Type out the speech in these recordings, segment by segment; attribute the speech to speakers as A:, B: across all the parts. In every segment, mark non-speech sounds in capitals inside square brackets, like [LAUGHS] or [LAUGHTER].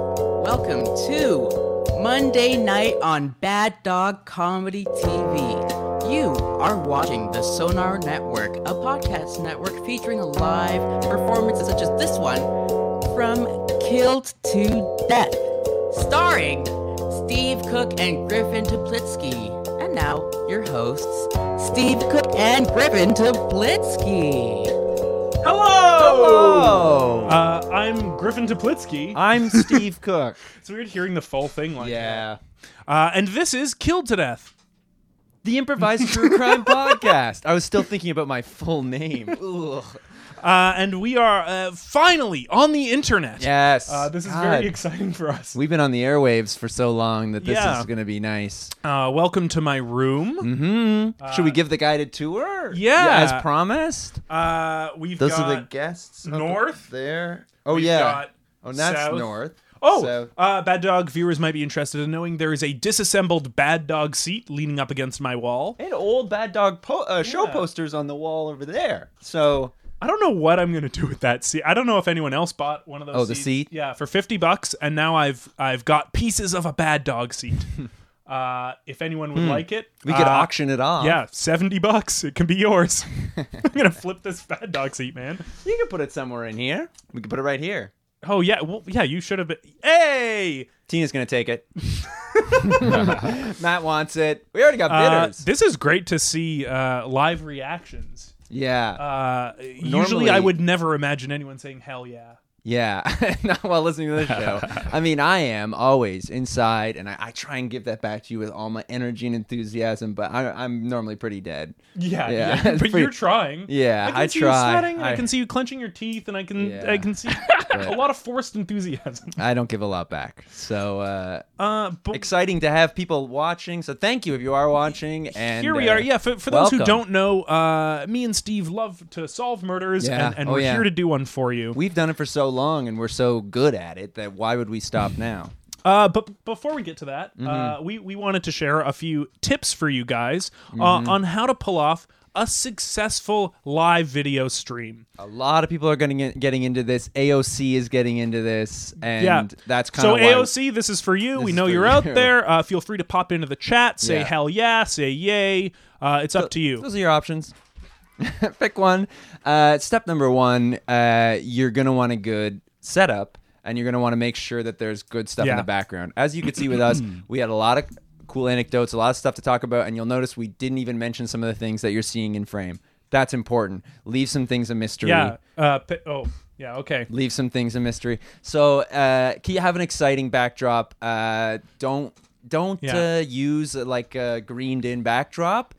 A: Welcome to Monday Night on Bad Dog Comedy TV. You are watching the Sonar Network, a podcast network featuring live performances such as this one from Killed to Death, starring Steve Cook and Griffin Toplitsky. And now, your hosts, Steve Cook and Griffin Toplitsky.
B: Hello!
C: Oh,
B: Uh, I'm Griffin Toplitsky.
C: I'm Steve Cook.
B: [LAUGHS] It's weird hearing the full thing like
C: yeah.
B: that. Uh, and this is Killed to Death.
C: The improvised
B: [LAUGHS]
C: true crime podcast. I was still thinking about my full [LAUGHS] name. Ugh.
B: Uh, and we are uh, finally on the internet.
C: Yes.
B: Uh, this is
C: God.
B: very exciting for us.
C: We've been on the airwaves for so long that this
B: Yeah.
C: is going to be nice.
B: Uh, welcome to my room.
C: Hmm. Should we give the guided tour?
B: Uh, yeah.
C: as promised.
B: Uh, we've
D: Those
B: got
D: are the guests. up
B: north.
D: there. Oh
B: we've
D: yeah.
B: got
D: oh, and that's
B: south.
D: north.
B: Oh,
D: So-
B: uh, Bad Dog viewers might be interested in knowing there is a disassembled Bad Dog seat leaning up against my wall.
C: And old bad dog po- uh, show
B: Yeah.
C: posters on the wall over there. So
B: I don't know what I'm gonna do with that seat. I don't know if anyone else bought one of those.
C: Oh, the
B: seats.
C: seat?
B: Yeah, for fifty bucks, and now I've I've got pieces of a bad dog
C: [LAUGHS]
B: seat. uh, if anyone would like it,
C: Hmm. we could
B: uh,
C: auction it off.
B: Yeah, seventy bucks. It can be
C: [LAUGHS]
B: yours. I'm gonna flip this bad dog seat, man.
C: You could put it somewhere in here. We could put it right here.
B: Oh yeah, well yeah, you should have been. Hey,
C: Tina's going to take [LAUGHS] it. Matt wants it. We already got
B: Uh,
C: bidders.
B: this is great to see uh, live reactions.
C: yeah.
B: Uh, usually,
C: Normally-
B: I would never imagine anyone saying hell yeah.
C: Yeah, [LAUGHS] not while listening to
B: [LAUGHS]
C: this show. I mean, I am always inside, and I, I try and give that back to you with all my energy and enthusiasm. But I, I'm normally pretty dead.
B: Yeah,
C: Yeah. [LAUGHS]
B: yeah. But
C: Pretty-
B: you're trying.
C: Yeah,
B: I can
C: I
B: see
C: try.
B: you sweating. I,
C: I-
B: can see you clenching your teeth, and I can
C: Yeah.
B: I can
C: [LAUGHS]
B: see a lot of forced enthusiasm.
C: I don't give a lot back. So uh,
B: Uh, but
C: exciting to have people watching. So thank you if you are watching. And
B: here we
C: uh,
B: are. Yeah, for, for those who
C: welcome.
B: don't know, uh, me and Steve love to solve murders,
C: Yeah.
B: and, and
C: Oh,
B: we're
C: yeah.
B: here to do one for you.
C: we've done it for so long, and we're so good at it that why would we stop now?
B: Uh, but before we get to that,
C: Mm-hmm.
B: uh, we we wanted to share a few tips for you guys uh,
C: Mm-hmm.
B: on how to pull off a successful live video stream.
C: A lot of people are getting in- getting into this. AOC is getting into this, and that's kind
B: so
C: of
B: AOC. This is for you. we
C: is
B: know
C: for
B: you're out
C: you. [LAUGHS]
B: there. Uh, feel free to pop into the chat. Say
C: Yeah.
B: hell yeah. Say yay. Uh, it's up to you.
C: Those are your options. [LAUGHS] Pick one. Uh, step number one: uh, you're gonna want a good setup, and you're gonna want to make sure that there's good stuff
B: Yeah.
C: in the background. As you could see
B: [CLEARS THROAT]
C: with us, we had a lot of cool anecdotes, a lot of stuff to talk about, and you'll notice we didn't even mention some of the things that you're seeing in frame. That's important. Leave some things a mystery.
B: Yeah. Uh, pi- oh yeah. Okay.
C: Leave some things a mystery. So uh, can you have an exciting backdrop? Uh, don't don't
B: Yeah.
C: uh, use uh, like a greened in backdrop.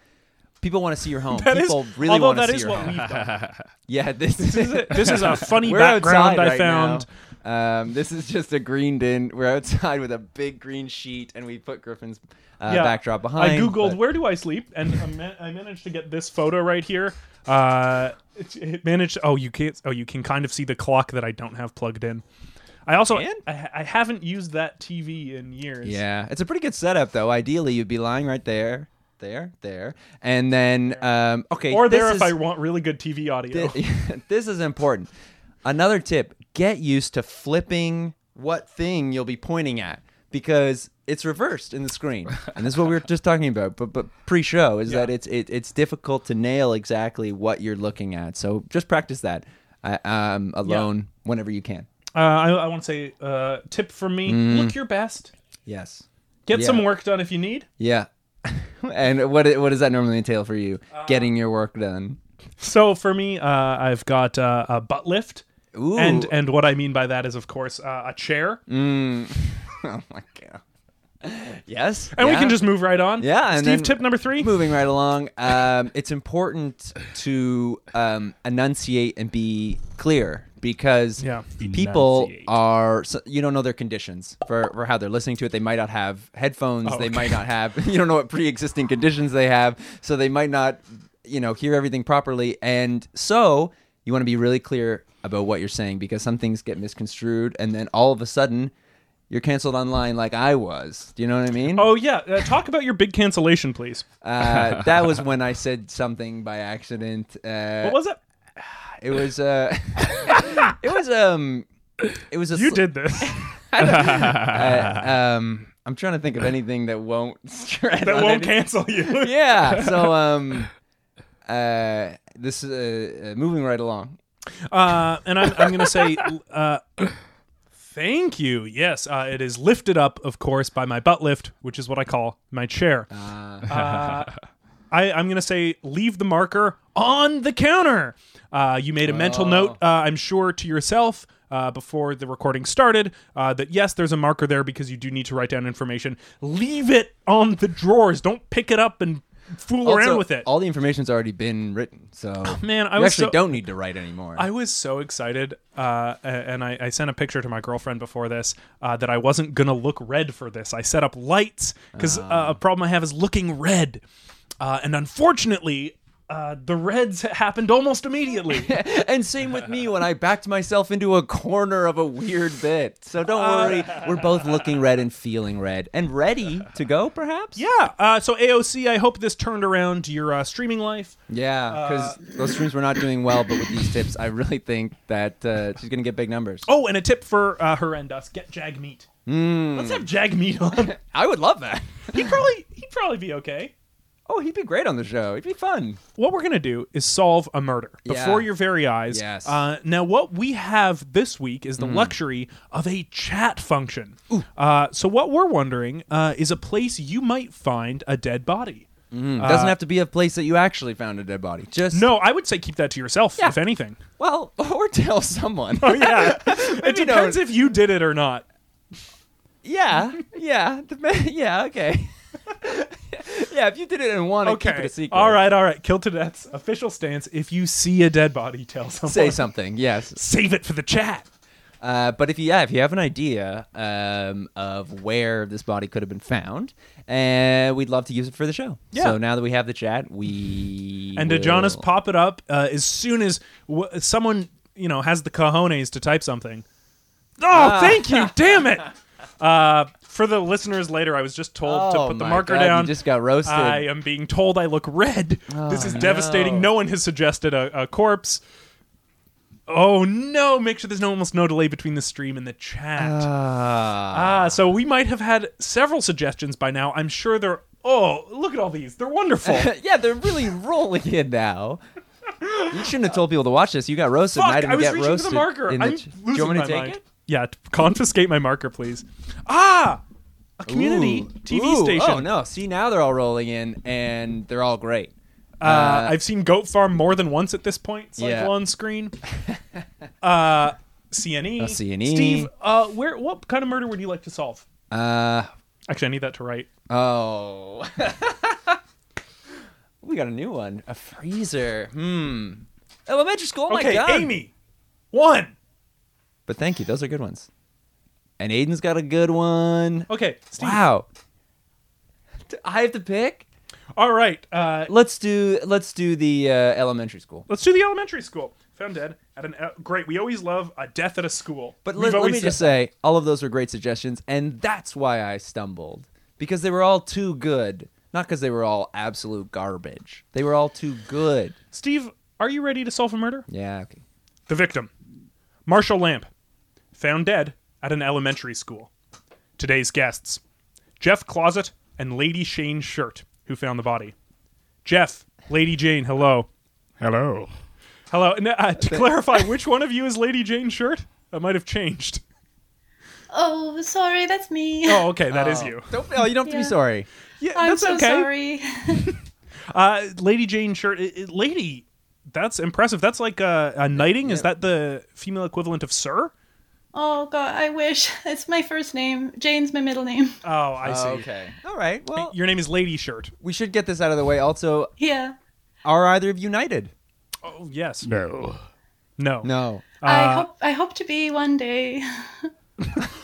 C: People want to see your home.
B: [LAUGHS] That is
C: People really
B: although
C: want to
B: that
C: see
B: is
C: your
B: what
C: [LAUGHS] home.
B: we've done.
C: [LAUGHS] Yeah, this, is it.
B: This is a funny
C: We're
B: background
C: outside
B: I
C: right
B: found.
C: now. Um, this is just a greened in. We're outside with a big green sheet, and we put Griffin's uh,
B: Yeah.
C: backdrop behind.
B: I googled
C: but-
B: where do I sleep, and I, ma- I managed to get this photo right here. Uh, it, it managed. Oh, you can't. Oh, you can kind of see the clock that I don't have plugged in. I also I,
C: Can?
B: I haven't used that TV in years.
C: Yeah, it's a pretty good setup, though. Ideally, you'd be lying right there, there, there, and then um, okay,
B: Or
C: this
B: there if
C: is-
B: I want really good TV audio. [LAUGHS]
C: thi- [LAUGHS] this is important. Another tip: get used to flipping what thing you'll be pointing at because it's reversed in the screen, and this is what we were just talking about. But but pre-show is that it's it, it's difficult to nail exactly what you're looking at. So just practice that uh, um, alone whenever you can.
B: Uh, I, I want to say uh, tip from me: look your best,
C: Yes.
B: get
C: Mm. Yeah.
B: some work done if you need.
C: Yeah. [LAUGHS] and what what does that normally entail for you?
B: Uh,
C: Getting your work done.
B: So for me, uh, I've got uh, a butt lift,
C: Ooh. Mm.
B: and and what I mean by that is, of course, uh, a chair, and
C: oh my god. [LAUGHS] Yes.
B: we
C: yeah.
B: can just move right on.
C: Yeah, and
B: Steve,
C: then-
B: tip number three.
C: moving right along um, it's important to um, enunciate and be clear because
B: Yeah.
C: people
B: Enunciate.
C: are so you don't know their conditions for, for how they're listening to it they might not have headphones they
B: Oh, okay.
C: might not have
B: [LAUGHS]
C: you don't know what pre-existing conditions they have so they might not you know hear everything properly and so you want to be really clear about what you're saying because some things get misconstrued and then all of a sudden you're canceled online like i was do you know what i mean
B: Oh yeah, uh, talk about your big cancellation, please. [LAUGHS]
C: uh, that was when I said something by accident. Uh,
B: What was it? [LAUGHS]
C: It was. Uh, it was. Um. It was a.
B: You
C: sl- [LAUGHS]
B: did this.
C: I- um, I'm trying to think of anything that won't [LAUGHS] that
D: that won't cancel
C: [LAUGHS]
D: you.
B: [LAUGHS]
C: Yeah. So um, uh, this uh, uh, moving right along.
B: Uh, and I'm, I'm going to say, uh, thank you. Yes, uh, it is lifted up, of course, by my butt lift, which is what I call my chair. Uh, I, I'm going to say, leave the marker on the counter. Uh, you made a mental note, uh, I'm sure, to yourself. Uh, before the recording started, uh, that yes, there's a marker there because you do need to write down information. Leave it on the drawers. Don't pick it up and fool
C: Also,
B: around with it.
C: All the information's already been written, so
B: man, I
C: you
B: was
C: actually
B: so-
C: don't need to write anymore.
B: I was so excited, uh, a- and I, I sent a picture to my girlfriend before this uh, that I wasn't gonna look red for this. I set up lights because uh. a problem I have is looking red, uh, and unfortunately, uh, the reds happened almost immediately.
C: and same with me when I backed myself into a corner of a weird bit. So don't worry, we're both looking red and feeling red and ready to go, perhaps.
B: yeah. Uh, so AOC, I hope this turned around your uh, streaming life. Uh,
C: Yeah, because those streams were not doing well, but with these tips, I really think that uh, she's gonna get big numbers.
B: Oh, and a tip for uh, her and us: get Jag Meat. Let's have Jag Meat on.
C: I would love that. [LAUGHS]
B: he'd probably he'd probably be okay.
C: Oh, he'd be great on the show. It'd be fun.
B: what we're gonna do is solve a murder before
C: Yeah.
B: your very eyes.
C: Yes. Mm.
B: Uh, now, what we have this week is the luxury of a chat function. Uh, so, what we're wondering uh, is a place you might find a dead body.
C: Hmm. Doesn't have to be a place that you actually found a dead body. Just
B: Uh, No, I would say keep that to yourself.
C: Yeah.
B: If
C: [LAUGHS]
B: anything,
C: well, or tell someone.
B: Oh, yeah. [LAUGHS] it
C: Maybe
B: depends
C: don't.
B: if you did it or not.
C: [LAUGHS] yeah, yeah, the- [LAUGHS] yeah. Okay. yeah, if you did it and wanted,
B: Okay.
C: keep it a secret.
B: All right. All right. Kill to death's official stance: if you see a dead body, tell someone.
C: Say something. Yes.
B: Save it for the chat.
C: Uh, but if you yeah, if you have an idea um, of where this body could have been found, uh, we'd love to use it for the show.
B: Yeah.
C: So now that we have the chat, we
B: and uh, Adonis
C: will-
B: pop it up uh, as soon as w- someone you know has the cojones to type something. Oh,
C: Ah.
B: thank
C: [LAUGHS]
B: you! Damn it! Uh, for the listeners later, I was just told
C: Oh
B: to put the
C: my
B: marker
C: God,
B: down.
C: You just Oh, got roasted.
B: I uh, am being told I look red. this is devastating. No one has suggested a, a corpse. Oh no! Make sure there's no almost no delay between the stream and the chat.
C: Ah.
B: ah, so we might have had several suggestions by now. I'm sure they're. Oh, look at all these. They're wonderful.
C: [LAUGHS] yeah, they're really rolling in now. You shouldn't have told people to watch this. You got roasted. and I
B: Fuck,
C: didn't
B: I was
C: get
B: reaching for
C: roasted.
B: the marker.
C: in
B: I'm
C: ch-
B: losing
C: Do you want me
B: my
C: to take
B: mind.
C: it?
B: Yeah, t- confiscate my marker, please. Ah, a community
C: Ooh.
B: TV
C: Ooh,
B: station.
C: Oh no! See now they're all rolling in, and they're all great.
B: uh, I've seen Goat Farm more than once at this point. It's like
C: Yeah.
B: on
C: [LAUGHS]
B: screen. uh, CNE.
C: Oh, CNE.
B: Steve, uh, where? What kind of murder would you like to solve?
C: Uh,
B: Actually, I need that to write.
C: Oh. [LAUGHS] we got a new one. A freezer. Hmm. Elementary school. Oh my
B: okay,
C: god.
B: Amy. One.
C: But thank you. Those are good ones. And Aiden's got a good one.
B: Okay, Steve.
C: Wow. D- I have to pick.
B: All right. Uh,
C: Let's do. Let's do the uh, elementary school.
B: let's do the elementary school. Found dead at an uh, great. We always love a death at a school.
C: But
B: We've
C: let, let
B: always
C: me
B: said
C: just
B: that.
C: say, all of those were great suggestions, and that's why I stumbled because they were all too good. Not because they were all absolute garbage. They were all too good.
B: Steve, are you ready to solve a murder?
C: Yeah. Okay.
B: The victim, Marshall Lamp, found dead at an elementary school. Today's guests, Jeff Closet and Lady Shane Shirt, who found the body. Jeff, Lady Jane, hello.
D: Hello.
B: Hello. And, uh, to clarify, which one of you is Lady Jane Shirt? That might have changed.
E: Oh, sorry, that's me.
B: Oh, okay, that is you.
C: Don't. Oh, you don't have to be
E: Yeah.
C: sorry.
B: Yeah,
E: [LAUGHS] I'm
B: that's
E: so
B: okay.
E: sorry.
B: Uh, Lady Jane Shirt, i- i- Lady, that's impressive. That's like a, a knighting. Is that the female equivalent of Sir?
E: Oh god, I wish. [LAUGHS] It's my first name. Jane's my middle name. [LAUGHS]
B: Oh, I see.
C: okay. All right. Well,
B: Your name is Lady Shirt.
C: we should get this out of the way. Also,
E: Yeah.
C: are either of you knighted?
B: Oh, yes.
D: No.
B: No.
C: No.
B: Uh,
E: I hope I hope to be one day.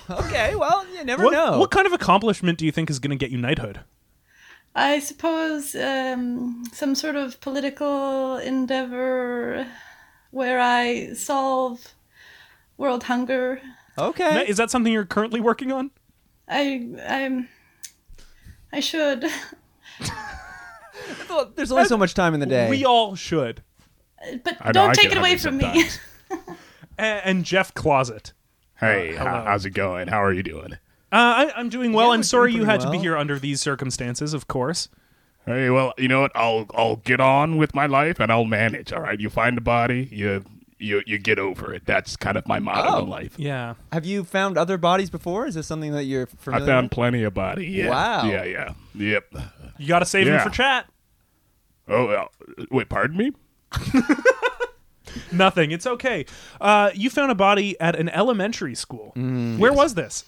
C: Okay. Well, you never
B: What,
C: know.
B: what kind of accomplishment do you think is going to get you knighthood?
E: I suppose um, some sort of political endeavor where I solve world hunger.
C: okay.
B: Is that something you're currently working on?
E: I I'm I should. [LAUGHS]
C: Well, There's only so much time in the day.
B: We all should.
E: But
D: I know,
E: don't
D: I
E: take
D: get
E: it away [LAUGHS]
D: hungry
E: from me.
D: sometimes.
B: A- And Jeff Closet.
D: Hey,
E: Oh,
D: h- how's it going? How are you doing?
B: Uh, I, I'm doing well. I'm
C: we're
B: sorry
C: doing
B: you had
C: pretty
B: to be
C: well.
B: here under these circumstances, of course.
D: Hey, well, you know what? I'll I'll get on with my life and I'll manage. All right, you find a body, you you you get over it. That's kind of my motto
C: Oh.
D: in life.
B: Yeah.
C: Have you found other bodies before? Is this something that you're
D: I
C: familiar?
D: found
C: with?
D: plenty of body. Yeah.
C: Wow.
D: Yeah, yeah, yep.
B: You got to save
D: Yeah.
B: him for chat.
D: Oh, well, wait, pardon me.
B: Nothing. It's okay. Uh, you found a body at an elementary school.
C: Mm,
B: Where was this?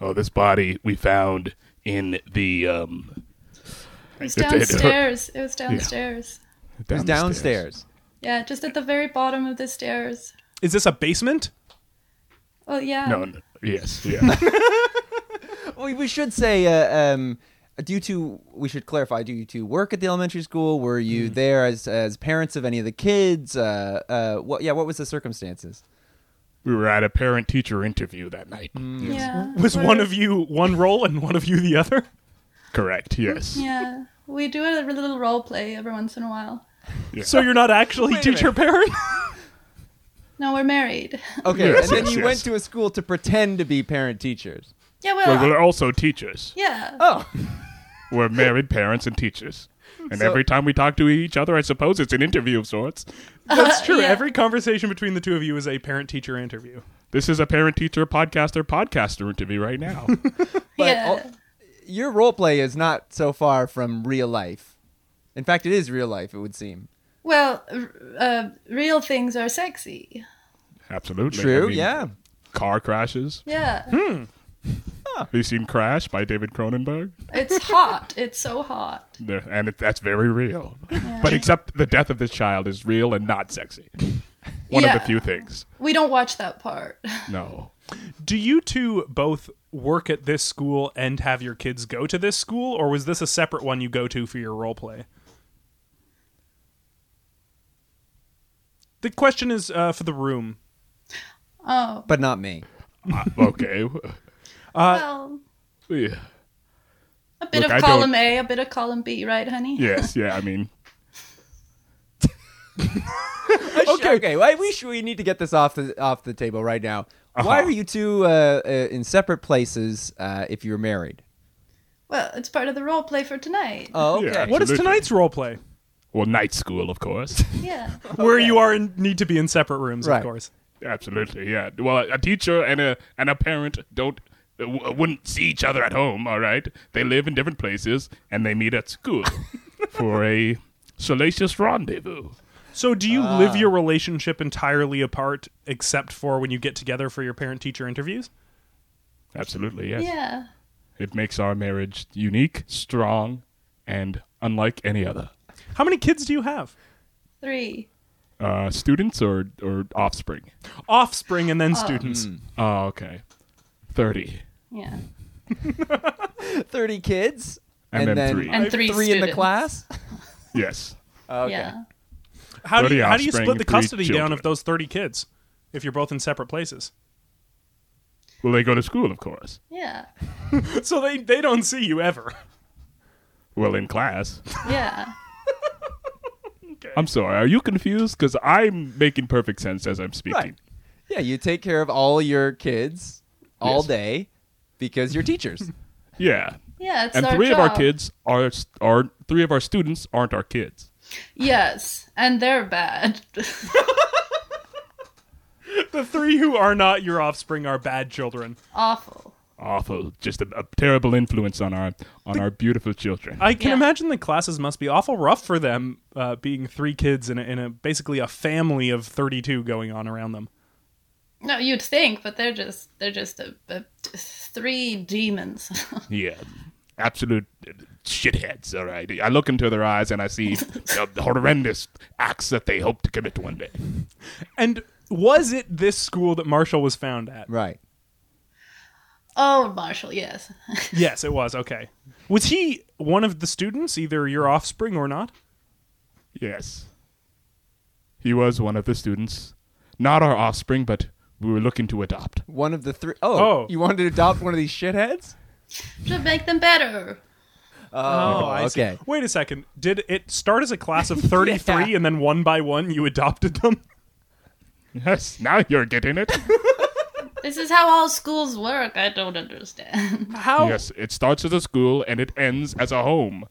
D: Oh, this body we found in the um
E: It was
D: It did.
E: downstairs.
D: [LAUGHS]
E: It was downstairs.
C: It was downstairs.
E: Yeah, just at the very bottom of the stairs.
B: Is this a basement?
E: Well, yeah.
D: No, no,
C: [LAUGHS]
D: yes, yeah.
C: We, we should say, uh, um, do you two? We should clarify. Do you two work at the elementary school? Were you there as as parents of any of the kids? Uh, uh, what? Yeah. What was the circumstances?
D: we were at a parent teacher interview that night.
C: Mm.
E: Yeah.
B: Was
E: we're-
B: one of you one role and one of you the other?
D: Correct. Yes.
E: Yeah. We do a little role play every once in a while.
B: So you're not actually
C: a
B: teacher
C: [LAUGHS]
B: parent?
E: No, we're married. [LAUGHS]
C: Okay.
D: Yes,
C: and then
D: yes,
C: you
D: yes.
C: went to a school to pretend to be parent teachers.
E: Yeah,
D: But
E: well.
D: we're also teachers.
E: Yeah.
C: Oh,
D: We're married parents and teachers. And
C: So-
D: every time we talk to each other, I suppose it's an interview of sorts.
B: That's true.
E: yeah.
B: Every conversation between the two of you is a parent teacher interview.
D: This is a parent teacher podcaster podcaster interview right
C: [LAUGHS]
D: now.
C: but
E: yeah.
D: oh.
C: all- your role play is not so far from real life. In fact, it is real life. It would seem.
E: Well, r- uh, real things are sexy.
D: Absolutely.
C: True.
D: I mean,
C: yeah.
D: Car crashes.
E: Yeah.
D: Hmm? Have you seen Crash by David Cronenberg?
E: It's hot. It's so hot.
D: There, and it, that's very real. But except the death of this child is real and not sexy. One of
E: Yeah.
D: the few things.
E: We don't watch that part. [LAUGHS]
D: No.
B: Do you two both work at this school and have your kids go to this school, or was this a separate one you go to for your role play? The question is uh, for the room.
E: Oh.
C: But not me.
D: Uh, okay.
E: well, a
D: Yeah.
E: bit
D: Uh, look,
E: of
D: I don't-
E: column A, a bit of column B, right, honey?
D: Yes. Yeah. I mean,
C: okay, okay. Well, we should, we need to get this off the off the table right now. Why
D: Uh-huh.
C: are you two uh, uh, in separate places uh, if you're married?
E: [LAUGHS] Well, it's part of the role play for tonight.
C: Oh,
D: Yeah.
C: okay.
B: What is
D: Absolutely.
B: tonight's role play?
D: well, night school, of course.
E: Yeah.
B: Where you are in, need to be in separate rooms,
C: Right.
B: of course.
D: Absolutely, yeah. Well, a teacher and a and a parent don't w- wouldn't see each other at home. All right, they live in different places and they meet at school for a salacious rendezvous.
B: So, do you live your relationship entirely apart, except for when you get together for your parent-teacher interviews?
D: Absolutely, yes.
E: Yeah.
D: It makes our marriage unique, strong, and unlike any other.
B: How many kids do you have?
E: Three.
D: Uh, students or or offspring?
B: Offspring and then students.
D: Oh, okay, thirty.
E: Yeah.
C: Thirty kids,
D: And then three.
E: And three
C: in the
E: students.
C: class. [LAUGHS]
D: Yes.
C: Okay.
E: Yeah.
B: How do
D: 30
B: you, how do you
D: offspring,
B: split the
D: three
B: custody down
D: children.
B: of those 30 kids if you're both in separate places? [LAUGHS]
D: Well, they go to school, of course.
E: Yeah.
B: So they, they don't see you ever. [LAUGHS]
D: Well, in class.
E: Yeah.
D: I'm sorry. Are you confused? Because I'm making perfect sense as I'm speaking.
C: Right. Yeah, you take care of all your kids all
D: Yes.
C: day because you're
D: [LAUGHS]
C: teachers.
D: Yeah.
E: Yeah. It's
D: and
E: our
D: three of our
E: job.
D: kids are are three of our students aren't our kids.
E: Yes. And they're bad. [LAUGHS]
B: The three who are not your offspring are bad children.
E: Awful.
D: Awful, just a, a terrible influence on our on our beautiful children.
B: I can
E: Yeah.
B: imagine the classes must be awful rough for them, uh, being three kids in a, in a basically a family of 32 going on around them.
E: No, you'd think, but they're just they're just a, a, three demons. [LAUGHS]
D: yeah, absolute shitheads. All right, I look into their eyes and I see the horrendous acts that they hope to commit one day.
B: And was it this school that Marshall was found at?
C: right.
E: oh, Marshall. Yes. [LAUGHS]
B: Yes, it was. Okay. Was he one of the students, either your offspring or not?
D: Yes, he was one of the students, not our offspring, but we were looking to adopt.
C: One of the three oh,
B: Oh.
C: you wanted to adopt one of these shitheads?
E: Should make them better.
B: Oh, I see.
C: okay.
B: Wait a second. Did it start as a class
C: [LAUGHS]
B: of 33
C: Yeah.
B: and then one by one you adopted them?
D: Yes, now you're getting it.
E: This is how all schools work. I don't understand. [LAUGHS]
B: How
D: Yes, it starts as a school and it ends as a home.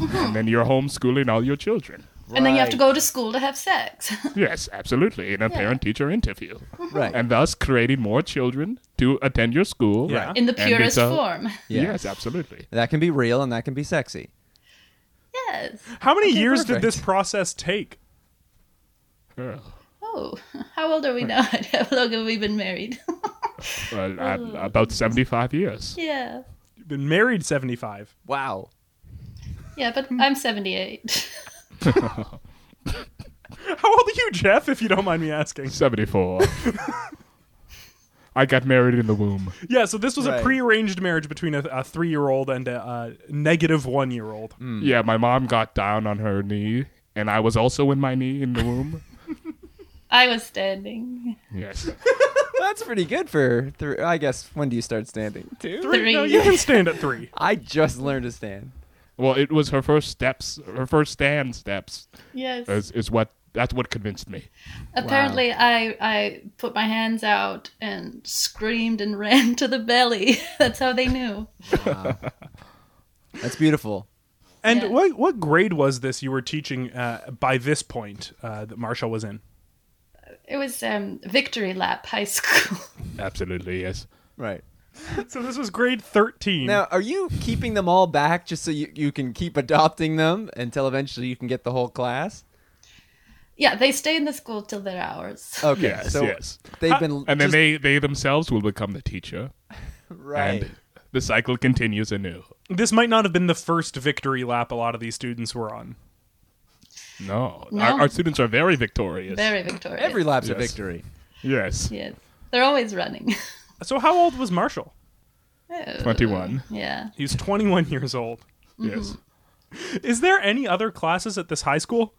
D: and then you're homeschooling all your children.
E: And then you have to go to school to have sex. [LAUGHS]
D: Yes, absolutely, in a parent teacher interview.
C: Right.
D: And thus creating more children to attend your school.
B: Yeah.
E: In the
D: And it's
E: purest
D: a-
E: form. [LAUGHS]
C: Yes.
D: Yes. absolutely.
C: That can be real and that can be sexy.
E: Yes.
B: how many years
C: perfect.
B: did this process take?
D: Ugh.
E: Oh, [LAUGHS] how old are we now? [LAUGHS] how long have we been married? [LAUGHS]
D: Well, I'm about 75 years.
E: yeah.
B: You've been married seventy five.
C: Wow.
E: Yeah, but
D: Hmm.
E: I'm 78.
B: How old are you, Jeff? If you don't mind me asking.
D: 74. I got married in the womb.
B: Yeah, so this was
C: Right.
B: a prearranged marriage between a, a three year old and a, uh negative one year old.
C: Hmm.
D: Yeah, my mom got down on her knee, and I was also in my knee in the womb.
E: [LAUGHS] I was standing.
D: yes.
C: That's pretty good for three. I guess when do you start standing? Two.
B: Three. No, you can stand at three.
C: I just learned to stand.
D: Well, it was her first steps, her first stand steps,
E: Yes.
D: is, is what that's what convinced me.
E: Apparently, I I put my hands out and screamed and [LAUGHS] ran to the belly. [LAUGHS] That's how they knew.
C: That's beautiful.
B: And
E: Yeah.
B: what what grade was this you were teaching uh, by this point uh, that Marshall was in?
E: It was um, Victory Lap High School. [LAUGHS]
D: Absolutely, yes.
C: Right.
B: So this was grade thirteen.
C: Now, are you keeping them all back just so you, you can keep adopting them until eventually you can get the whole class?
E: yeah, they stay in the school till their hours.
C: Okay.
D: Yes,
C: so
D: yes.
C: they've been
D: uh, And then
C: just-
D: they, they themselves will become the teacher,
C: right.
D: and the cycle continues anew.
B: this might not have been the first victory lap a lot of these students were on.
D: No,
E: No.
D: Our, our students are very victorious.
E: Very victorious.
C: Every lap's a
D: Yes.
C: victory.
D: Yes,
E: Yes. They're always running. [LAUGHS]
B: So how old was Marshall?
E: Oh,
D: twenty-one.
E: Yeah.
B: He's twenty one years old.
E: Mm-hmm.
D: Yes,
B: Is there any other classes at this high school?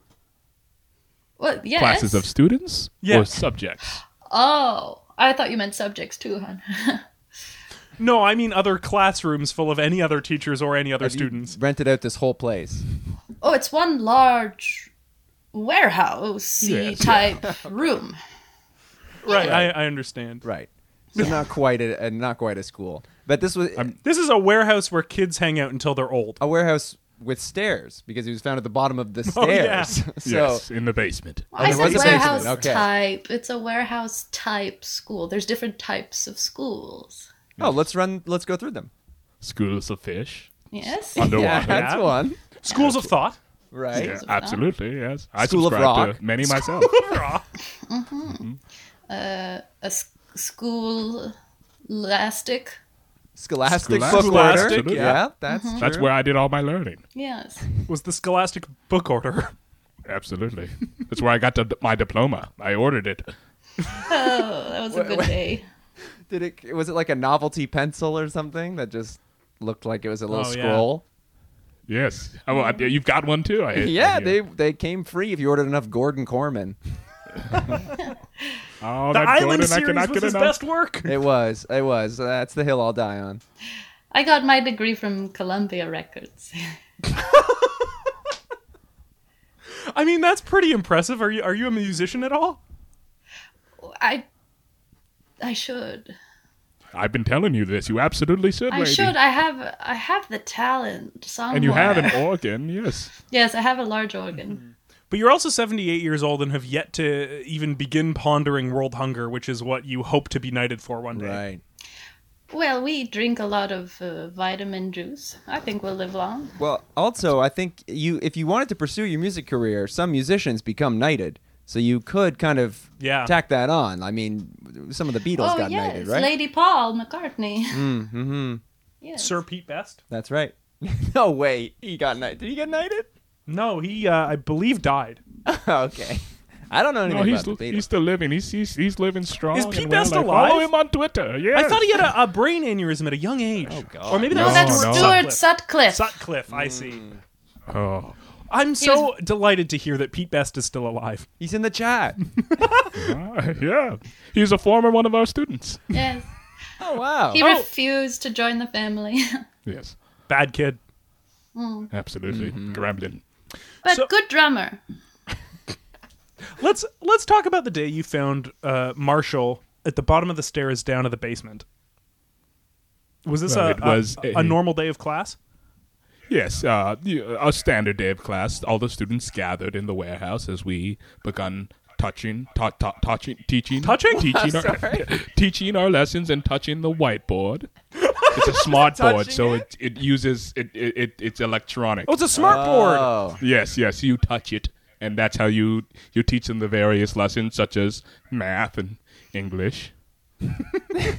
E: Well, yes.
D: classes of students
B: Yeah.
D: or subjects.
E: Oh, I thought you meant subjects too, hon. [LAUGHS]
B: No, I mean other classrooms full of any other teachers or any other
C: Have you
B: students.
C: rented out this whole place.
E: oh, it's one large warehouse
D: Yes,
E: type room.
B: Right, I, I understand.
C: Right. So
D: [LAUGHS]
C: not quite a, a not quite a school, but this was
B: This is a warehouse where kids hang out until they're old.
C: a warehouse with stairs because he was found at the bottom of the
B: Oh, yeah.
C: stairs. [LAUGHS] so
D: yes, in the basement.
E: I
C: there was a
E: said
C: basement,
E: warehouse
C: okay.
E: type. It's a warehouse type school. There's different types of schools.
C: oh, let's run. Let's go through them.
D: Schools of fish
E: Yes.
D: underwater.
C: Yeah, that's
B: Yeah.
C: one.
B: Schools of thought.
C: Right.
D: Yeah, absolutely, yes. I
C: School of
D: subscribe
C: rock.
D: to many myself.
E: A s- school elastic.
C: Scholastic,
D: Scholastic.
C: book order.
B: Scholastic,
C: yeah.
D: yeah. Mm-hmm.
C: that's
D: That's
C: true.
D: where I did all my learning.
E: Yes.
B: Was the Scholastic Book Order.
D: Absolutely, that's where I got the, my diploma. I ordered it.
E: Oh, that was a good day.
C: did it. Was it like a novelty pencil or something that just looked like it was a little
B: Oh, yeah.
C: scroll?
D: Yes. Oh, well, I- you've got one too.
C: [LAUGHS]
D: I,
C: Yeah,
D: I
C: they they came free if you ordered enough Gordon Corman.
D: Oh,
B: The
D: that
B: Island
D: Gordon, I
B: series
D: cannot
B: was
D: get
B: his
D: enough.
B: best work.
C: It was, it was. That's the hill I'll die on.
E: I got my degree from Columbia Records.
B: I mean, that's pretty impressive. Are you are you a musician at all?
E: I I should.
D: I've been telling you this. You absolutely should,
E: I
D: lady.
E: should. I have I have the talent somewhere.
D: and you have an organ, yes.
E: Yes, I have a large organ.
B: But you're also 78 years old and have yet to even begin pondering world hunger, which is what you hope to be knighted for one day.
E: Well, we drink a lot of uh, vitamin juice. I think we'll live long.
C: Well, also, I think you if you wanted to pursue your music career, some musicians become knighted. So you could kind of
B: Yeah.
C: tack that on. I mean, some of the Beatles
E: oh
C: got
E: yes,
C: knighted, right? Mm-hmm.
E: Lady Paul McCartney. Yes.
B: Sir Pete Best?
C: That's right. [LAUGHS] no way, he got knighted. Did he get knighted? [LAUGHS]
B: No, he uh, I believe died.
C: okay, I don't know anything
D: No, he's,
C: about the Beatles.
D: he's still living. He's, he's, he's living strong.
B: Is Pete
D: and well.
B: Best
D: I
B: alive?
D: Follow him on Twitter. Yes.
B: I thought he had a, a brain aneurysm at a young age. Oh
C: God. Hmm.
B: Or maybe that
D: No,
B: was
E: That's
D: no.
B: Stuart
E: Stuart Sutcliffe.
B: Sutcliffe, I see.
D: Oh,
B: I'm so delighted to hear that Pete Best is still alive.
C: He's in the
D: [LAUGHS]
C: chat.
D: ah, yeah. He's a former one of our students.
E: yes.
C: oh wow.
E: He refused to join the family. [LAUGHS]
D: Yes.
B: Bad kid.
D: Absolutely.
C: Mm-hmm.
D: Gremlin.
E: but
B: So-
E: good drummer.
B: Let's let's talk about the day you found uh, Marshall at the bottom of the stairs down to the basement. Was this
D: Well,
B: a,
D: it was
B: a,
D: a-
B: a normal day of class?
D: Yes, uh, y- a standard day of class. All the students gathered in the warehouse as we begun touching, ta- ta- touching, teaching,
B: Touching? [LAUGHS]
D: teaching, our, [LAUGHS] teaching our lessons and touching the whiteboard. It's a
B: [LAUGHS]
D: smart board, so it, it uses it, it, it. It's electronic.
B: Oh, it's a smart board.
C: Oh,
D: Yes, yes, you touch it, and that's how you you teach them the various lessons such as math and English.
C: [LAUGHS]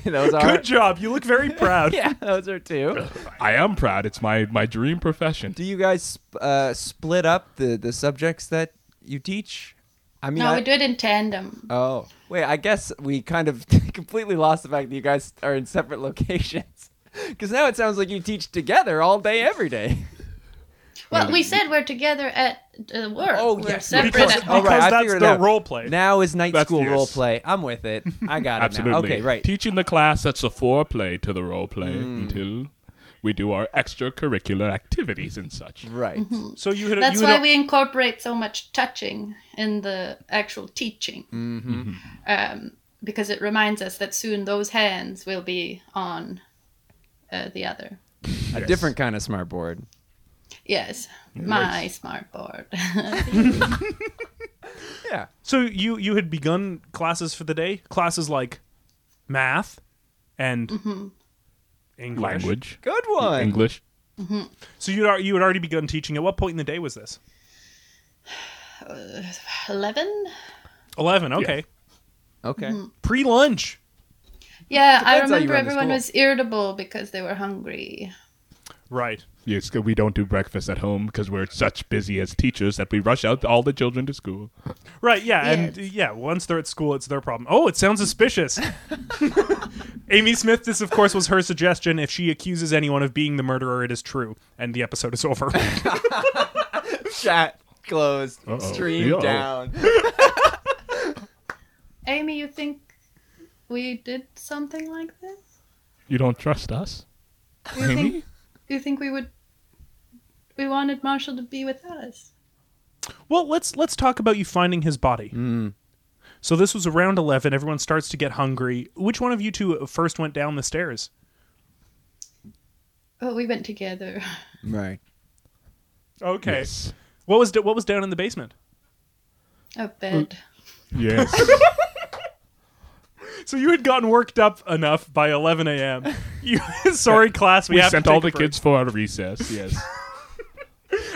C: those are
B: Good job. You look
E: [LAUGHS]
B: very proud.
C: [LAUGHS] yeah, those are
D: [LAUGHS]
C: two.
D: I am proud. It's my my dream profession.
C: Do you guys sp- uh, split up the the subjects that you teach? I mean,
E: No,
C: I,
E: we do it in tandem.
C: Oh, wait, I guess we kind of [LAUGHS] completely lost the fact that you guys are in separate [LAUGHS] locations. Because now it sounds like you teach together all day, every day.
E: [LAUGHS] Well, we said we're together at uh, work.
C: Oh,
E: we're
C: yeah.
E: separate.
B: Because-
E: at-
B: oh,
C: [LAUGHS] All
B: right.
C: I
B: that's
C: figured it
B: the
C: out.
B: role play.
C: Now is night
D: That's
C: school
D: yours.
C: role play. I'm with it. I got it
D: Absolutely.
C: now. Okay, right.
D: Teaching the class that's a foreplay to the role play until we do our extracurricular activities and such.
C: Right.
E: Mm-hmm.
B: So you had a-
E: That's
B: you had
E: why
B: a-
E: we incorporate so much touching in the actual teaching, mm-hmm. um, because it reminds us that soon those hands will be on uh, the other.
C: A different kind of smart board.
E: Yes, my smart board.
C: Yeah.
B: So you you had begun classes for the day. Classes like math and English.
D: Language.
C: Good one.
D: English.
B: So you you had already begun teaching. At what point in the day was this?
E: [LAUGHS] Eleven.
B: Eleven. Okay.
C: Okay.
B: Pre lunch.
E: Yeah, I
C: Depends how you
E: remember
C: run the
E: everyone
C: school.
E: was irritable because they were hungry.
B: Right.
D: Yes, 'cause we don't do breakfast at home because we're such busy as teachers that we rush out all the children to school.
B: Right. Yeah. And uh, yeah, once they're at school, it's their problem. Oh, it sounds suspicious. Amy Smith. This, of course, was her suggestion. If she accuses anyone of being the murderer, it is true, and the episode is over.
C: Chat closed. Stream
D: Yeah.
C: down.
E: Amy, you think we did something like this?
D: You don't trust us?
E: You think you think we would we wanted Marshall to be with us?
B: Well, let's let's talk about you finding his body.
D: Mm.
B: So this was around eleven. Everyone starts to get hungry. Which one of you two first went down the stairs?
E: Oh, we went together.
C: [LAUGHS]
E: [LAUGHS]
C: Right.
B: Okay.
D: Yes.
B: What was d- what was down in the basement?
E: A bed.
D: Yes.
B: So you had gotten worked up enough by eleven
D: [LAUGHS]
B: a.m. You, sorry, class. We,
D: we
B: have
D: sent
B: to take
D: all
B: a
D: the
B: break.
D: kids for our recess. Yes.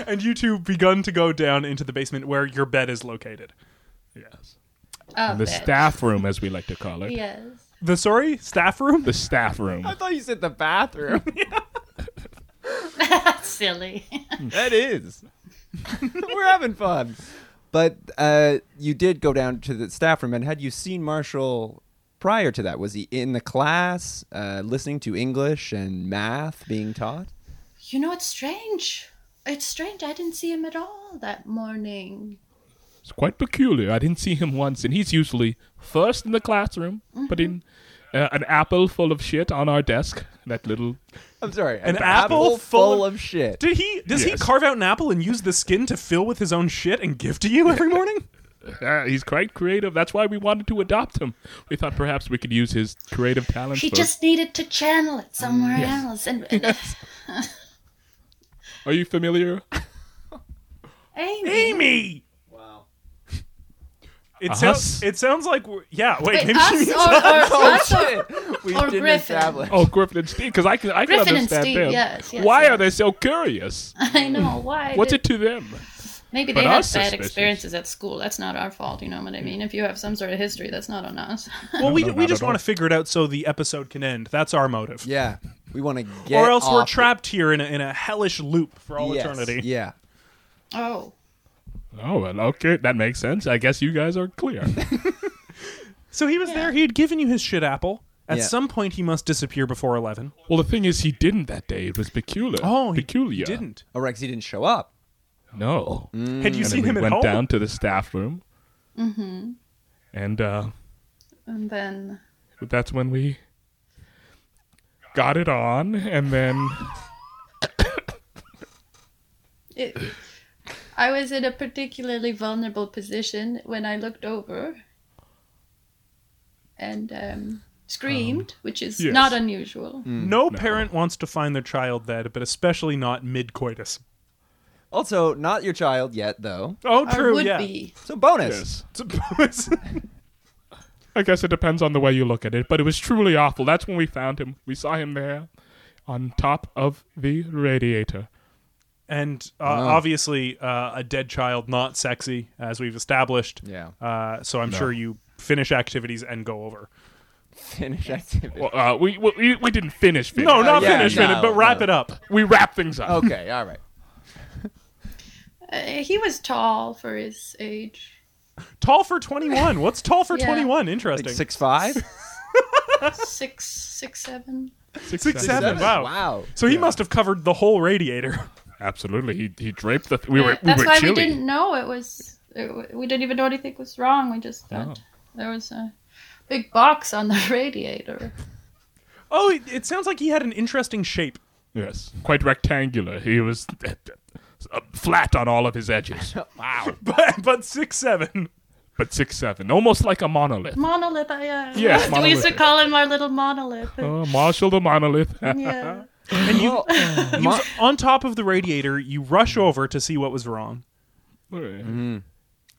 B: and you two begun to go down into the basement where your bed is located.
D: yes.
E: A
D: Uh, The
E: bed.
D: staff room, as we like to call it.
E: Yes. [LAUGHS]
B: The sorry staff room.
D: The staff room.
C: I thought you said the bathroom. [LAUGHS]
E: Silly. [LAUGHS]
C: that is. [LAUGHS] We're having fun. But uh, you did go down to the staff room, and had you seen Marshall prior to that? Was he in the class, uh, listening to English and math being taught?
E: you know it's strange. It's strange. I didn't see him at all that morning.
D: It's quite peculiar. I didn't see him once, and he's usually first in the classroom,
E: Mm-hmm.
D: putting uh, an apple full of shit on our desk. That little.
C: I'm sorry,
B: An apple full
C: full
B: of-
C: of shit.
B: Did he? Does he
D: Yes.
B: carve out an apple and use the skin to fill with his own shit and give to you
D: [LAUGHS]
B: every morning?
D: Uh, he's quite creative. That's why we wanted to adopt him. We thought perhaps we could use his creative talents.
E: He
D: for-
E: just needed to channel it somewhere else. And, and
D: Are you familiar?
E: [LAUGHS] Amy,
B: Amy. Wow. It
D: Us?
B: sounds. It sounds like we're, yeah. Wait,
E: Wait,
B: maybe
E: us
B: she means
D: [LAUGHS]
E: or, or us or-
C: [LAUGHS] we
E: Or
C: didn't
E: Griffin.
C: establish.
D: Oh, Griffin and Steve, because I can I can
E: Griffin and
D: understand
E: Steve,
D: them.
E: yes, yes,
D: why
E: yes.
D: are they so curious?
E: [LAUGHS] I know why.
D: What's
E: did-
D: it to them?
E: Maybe
D: but
E: they had bad
D: us suspicious. Mm.
E: experiences at school. That's not our fault. You know what I mean? If you have some sort of history, that's not on us. [LAUGHS]
B: Well, we,
D: no,
B: we
D: not
B: just
D: at
B: want
D: all.
B: to figure it out so the episode can end. That's our motive.
C: Yeah, we want to get.
B: Or else we're
C: off-
B: trapped here in a, in a hellish loop for all
C: Yes,
B: eternity.
C: Yeah.
E: oh.
D: Oh well, okay, that makes sense. I guess you guys
E: [LAUGHS]
D: are clear.
B: So he was there. He had given you his shit apple. At
C: Yeah.
B: some point, he must disappear before 11.
D: well, the thing is, he didn't that day. It was peculiar.
B: Oh, he-
D: peculiar.
B: He didn't.
C: Oh, Rex, he didn't show up.
D: No.
B: Had you
D: and
B: seen him
D: then we
B: at
D: went
B: home?
D: down to the staff room. Mm-hmm. And uh,
E: And then
D: that's when we got it on, and then
E: it, I was in a particularly vulnerable position when I looked over. and um, screamed, which is
D: yes. Mm.
E: not unusual.
B: No parent wants to find their child dead, but especially not mid coitus.
C: Also, not your child yet, though.
B: Oh,
E: Or
B: true.
E: would
B: yeah.
E: be.
C: So bonus.
D: Yes.
B: [LAUGHS] It's-
D: I guess it depends on the way you look at it, but it was truly awful. That's when we found him. We saw him there on top of the radiator.
B: and uh, obviously, uh, a dead child not sexy, as we've established.
C: Yeah.
B: Uh, so I'm sure you finish activities and go over.
C: Finish activity.
D: Well, uh, we, we we didn't finish. finish.
B: No, not
C: yeah,
B: finish Oh,
C: no,
B: it, but wrap
C: no.
B: it up.
D: we wrap things up.
C: okay, all right.
E: Uh, he was tall for his
D: [LAUGHS]
E: age.
B: Tall for 21. What's tall for
E: Yeah.
B: 21? [LAUGHS]
C: Like
B: Interesting. [LAUGHS]
C: six five?
E: six, six, seven.
D: Six,
B: Six,
D: seconds.
B: seven. Wow.
C: Wow.
B: So he must have covered the whole
C: [LAUGHS]
B: radiator.
D: Absolutely, he he draped the. We
E: Yeah,
D: were we
E: that's
D: were
E: why
D: chilly.
E: we didn't know it was. It, w- we didn't even know anything was wrong. We just thought
D: Oh.
E: there was a big box on the [LAUGHS] radiator.
B: Oh, it, it sounds like he had an interesting shape. [LAUGHS]
D: Yes, quite rectangular. He was uh, flat on all of his edges. wow,
B: But but six seven.
D: but six seven, almost like a monolith.
E: Monolith, I, uh,
D: Yes,
E: we used to
D: monolith.
E: call him our little monolith.
D: Oh, Marshall the monolith. [LAUGHS]
E: yeah.
B: And [LAUGHS] you
C: Well, my-
B: on top of the radiator, you rush over to see what was wrong. Mm-hmm.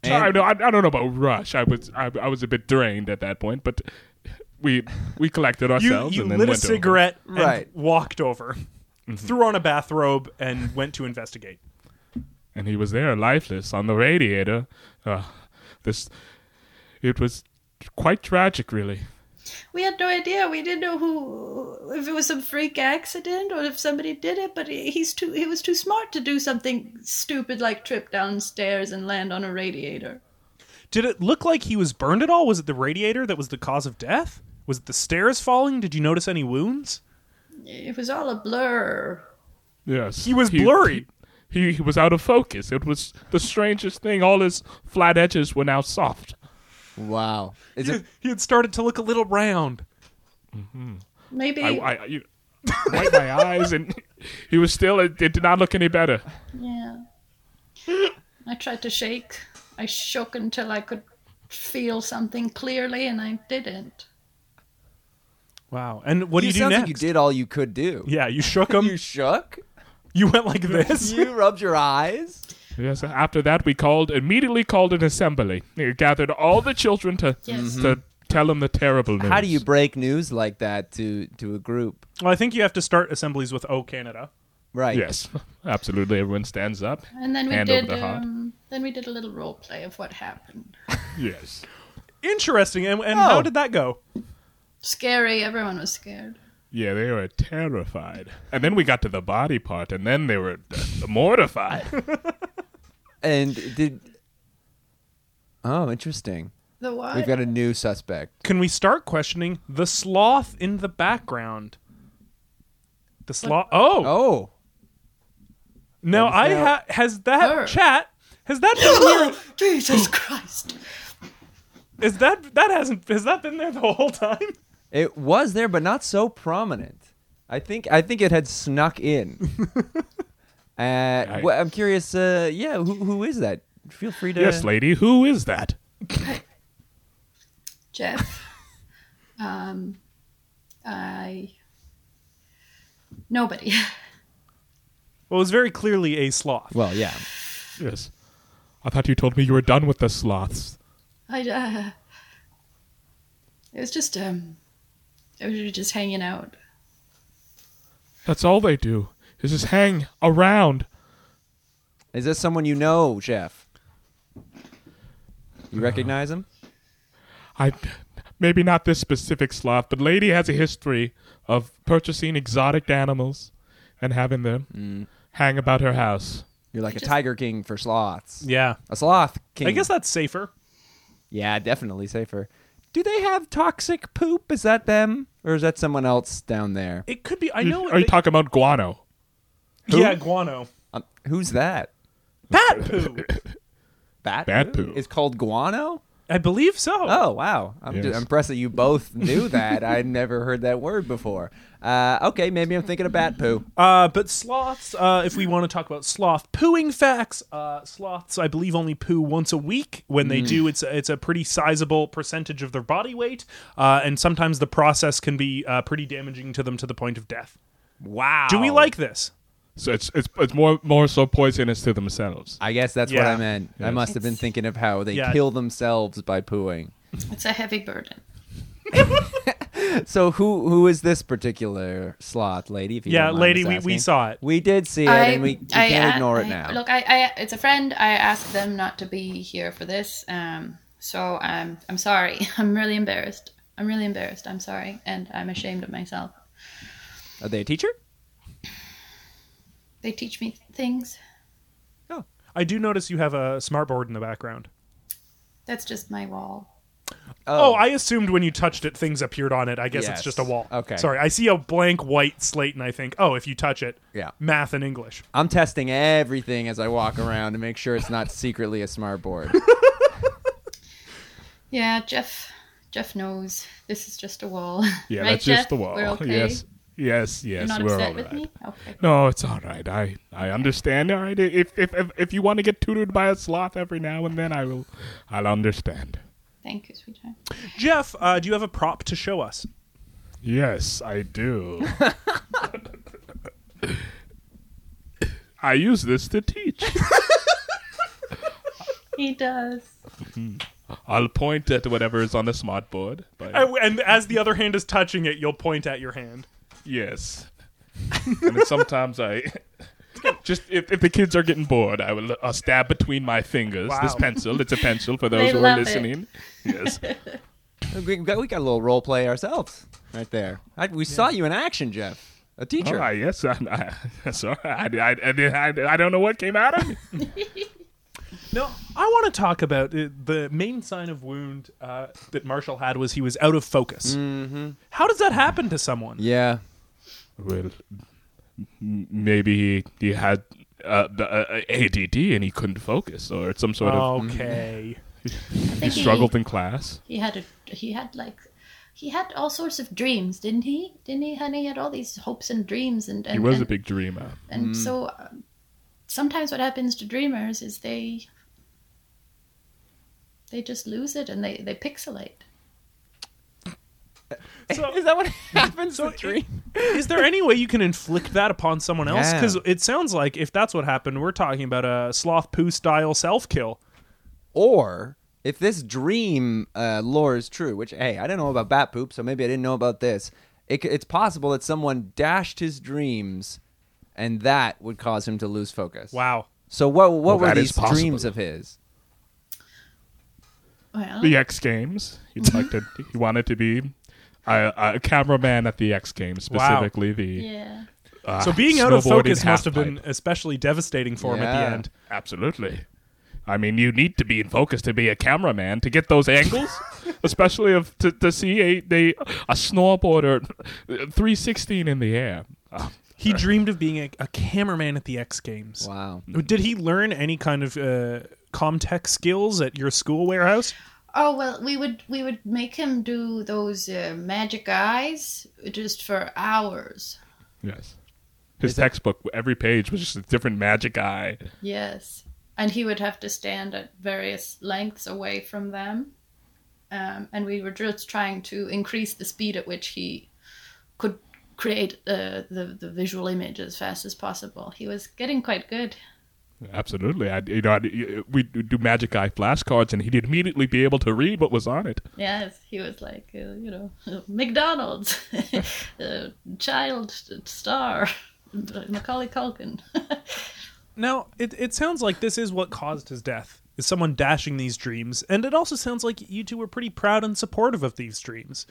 D: I, no, I, I don't know about rush. I was I, I was a bit drained at that point, but we we collected
B: You,
D: ourselves
B: you
D: and then
B: lit a
D: went over.
B: cigarette and
C: Right. Mm-hmm.
B: walked over, threw on a bathrobe, and went to investigate.
D: and he was there, lifeless, on the radiator. Uh, this it was quite tragic, really.
E: We had no idea. We didn't know who, if it was some freak accident or if somebody did it. But he- he's too, he was too smart to do something stupid like trip downstairs and land on a radiator.
B: Did it look like he was burned at all? Was it the radiator that was the cause of death? Was it the stairs falling? Did you notice any wounds? [LAUGHS]
E: It was all a blur.
D: Yes,
B: He was blurry.
D: He, he was out of focus. It was the strangest thing. All his flat edges were now soft.
C: Wow. Is it
B: He had started to look a little round.
E: Maybe
D: I, I, I you, wiped my eyes, and [LAUGHS] he was still. It, it did not look any better.
C: [LAUGHS]
E: Yeah. I tried to shake. I shook until I could feel something clearly, and I didn't.
B: Wow. And what do
C: you
B: you do
C: sounds
B: next?
C: like you did all you could do.
B: Yeah, you shook him.
C: You
B: you, [LAUGHS]
C: shook?
B: went
C: [LAUGHS]
B: like this.
C: You rubbed your eyes?
D: Yes. After that, we called immediately called an assembly. We gathered all the children to
E: Yes. Mm-hmm.
D: to tell him the terrible news.
C: How do you break news like that to to a group?
B: Well, I think you have to start assemblies with "Oh Canada."
C: Right.
D: Yes, [LAUGHS] absolutely. Everyone stands up.
E: And then we
D: Hand over
E: did.
D: the heart.
E: um, then we did a little role play of what happened.
D: Yes.
B: Interesting. And, and how
C: Oh.
B: did that go?
E: Scary. Everyone was scared.
D: Yeah, they were terrified. And then we got to the body part, and then they were
C: [LAUGHS]
D: uh, mortified.
C: And did Oh, interesting.
E: The what? [GASPS]
C: We've got a new suspect.
B: Can we start questioning the sloth in the background? The sloth. Oh,
C: Oh.
B: no! I
C: now-
B: ha- has that
E: Her.
B: chat. Has that been here?
E: Oh,
C: [GASPS]
E: Jesus Christ!
B: Is that that hasn't has that been there the whole time?
C: It was there but not so prominent. I think I think it had
B: [LAUGHS]
C: snuck in. uh, well, I'm curious uh, yeah, who who is that? Feel free to
D: yes, lady, who is that?
E: Jeff. Um, I. Nobody. [LAUGHS]
B: Well, it was very clearly a sloth.
C: Well, yeah.
D: Yes. I thought you told me you were done with the sloths.
E: I. Uh, it was just um. I was just hanging out.
D: That's all they do, is just hang around.
C: Is this someone you know, Jeff?
B: Uh-huh.
C: You recognize him?
D: I maybe not this specific sloth, but lady has a history of purchasing exotic animals and having them
E: Mm.
D: hang about her house.
C: You're like a tiger king for sloths.
B: Yeah.
C: A sloth king.
B: I guess that's safer.
C: Yeah, definitely safer. Do they have toxic poop? Is that them? Or is that someone else down there?
B: It could be. I know.
D: Mm, Are you
B: they-
D: talking about guano?
B: yeah, [LAUGHS] guano.
C: Um, who's that?
B: Bat poo.
C: Bat,
D: Bat poo.
C: It's called guano?
B: I believe so.
C: Oh wow! I'm
D: Yes.
C: just impressed that you both knew that. I'd never heard that word before. Uh, okay, maybe I'm thinking of bat poo.
B: Uh, but sloths, uh, if we want to talk about sloth pooing facts, uh, sloths, I believe, only poo once a week. When they do, it's it's a pretty sizable percentage of their body weight, uh, and sometimes the process can be uh, pretty damaging to them to the point of death.
C: Wow.
B: Do we like this?
D: So it's it's it's more more so poisonous to themselves.
C: I guess that's what
B: Yeah.
C: I meant. I must have been thinking of how they
B: Yeah.
C: kill themselves by pooing.
E: It's a heavy burden.
C: So who who is this particular sloth lady? If you
B: Yeah,
C: don't mind
B: lady,
C: us
B: we- we
C: asking?
B: saw it.
C: We did see it, and we, we can't
E: a-
C: ignore it
E: I-
C: now.
E: Look, I, I, it's a friend. I asked them not to be here for this. Um, so I'm, I'm sorry. [LAUGHS] I'm really embarrassed. I'm really embarrassed. I'm sorry, and I'm ashamed of myself.
C: Are they a teacher?
E: They teach me things.
B: I do notice you have a smartboard in the background.
E: That's just my wall.
B: Oh, I assumed when you touched it, things appeared on it. I guess
C: Yes.
B: it's just a wall.
C: Okay.
B: Sorry, I see a blank white slate, and I think, oh, if you touch it,
C: Yeah.
B: math and English.
C: I'm testing everything as I walk around to make sure it's not secretly a smart board.
E: Yeah, Jeff. Jeff knows this is just a wall. [LAUGHS]
D: Yeah,
E: Right,
D: that's
E: Jeff?
D: just the wall.
E: We're okay?
D: [LAUGHS] Yes, yes,
E: You're
D: yes.
E: not
D: we're
E: upset
D: all
E: with
D: right.
E: me. Okay.
D: No, it's all right. I I understand. All right. If if if, if you want to get tutored by a sloth every now and then, I will. I'll understand.
E: Thank you, sweetheart.
B: Jeff, uh, do you have a prop to show us?
D: Yes, I do. [LAUGHS] I use this to teach.
E: He does.
D: I'll point at whatever is on the smart board. But
B: And, and as the other hand is touching it, you'll point at your hand.
D: yes. and then sometimes I [LAUGHS] just if, if the kids are getting bored, I will uh, stab between my fingers this
B: Wow.
D: pencil. It's a pencil for
E: They
D: those who are
E: love it.
D: listening.
E: [LAUGHS]
D: Yes.
C: we, got, we got a little role play ourselves right there. I, we saw you in action, Jeff. A teacher.
D: All right, yes, [LAUGHS] I, I, that's all right. I, I, I, did- I, I don't know what came out of me.
B: No, I want to talk about uh, the main sign of wound uh, that Marshall had was he was out of focus. Mm-hmm. How does that happen to someone?
C: Yeah.
D: Well, m- maybe he, he had uh, the, uh, ADD and he couldn't focus, or it's some sort of
C: mm-hmm.
B: Okay.
E: I
D: he
E: think
D: struggled in class.
E: He had a he had like he had all sorts of dreams, didn't he? Didn't he, honey? He had all these hopes and dreams, and and
D: He was
E: and,
D: a big Mm. dreamer.
E: and so uh, sometimes what happens to dreamers is they they just lose it and they they pixelate.
B: So-
C: is that what happens?
B: So
C: to dream?
B: [LAUGHS] Is there any way you can inflict that upon someone else?
C: Yeah.
B: Because it sounds like if that's what happened, we're talking about a sloth poo style self kill.
C: Or if this dream uh, lore is true, which hey, I didn't know about bat poop, so maybe I didn't know about this. It, c- it's possible that someone dashed his dreams, and that would cause him to lose focus.
B: Wow.
C: So what what
D: Well,
C: were
D: that
C: these
D: is possible.
C: dreams of his?
E: Well,
D: The X Games.
E: [LAUGHS]
D: He'd like to, he wanted to be a, a cameraman at the X Games,
B: Wow.
D: specifically the.
E: yeah.
D: uh,
B: So being out of
D: snowboarding
B: focus must have
D: halfpipe.
B: been especially devastating for him at
C: Yeah.
B: the end.
D: Absolutely. I mean, you need to be in focus to be a cameraman to get those
B: [LAUGHS]
D: angles, especially if to, to see a they, a snowboarder uh, 316 in the air. Uh,
B: He dreamed of being a, a cameraman at the X Games.
C: Wow.
B: Did he learn any kind of uh, Comtech skills at your school warehouse?
E: Oh well, we would we would make him do those uh, magic eyes just for hours.
D: yes. His textbook, every page was just a different magic eye.
E: Yes. And he would have to stand at various lengths away from them. Um, and we were just trying to increase the speed at which he could create uh, the, the visual image as fast as possible. He was getting quite good.
D: Absolutely. I, you know, I, we do magic eye flashcards, and he'd immediately be able to read what was on it.
E: Yes, he was like, uh, you know, [LAUGHS] McDonald's, [LAUGHS] uh, child star, [LAUGHS] Macaulay Culkin. [LAUGHS]
B: Now, it, it sounds like this is what caused his death, is someone dashing these dreams, and it also sounds like you two were pretty proud and supportive of these dreams.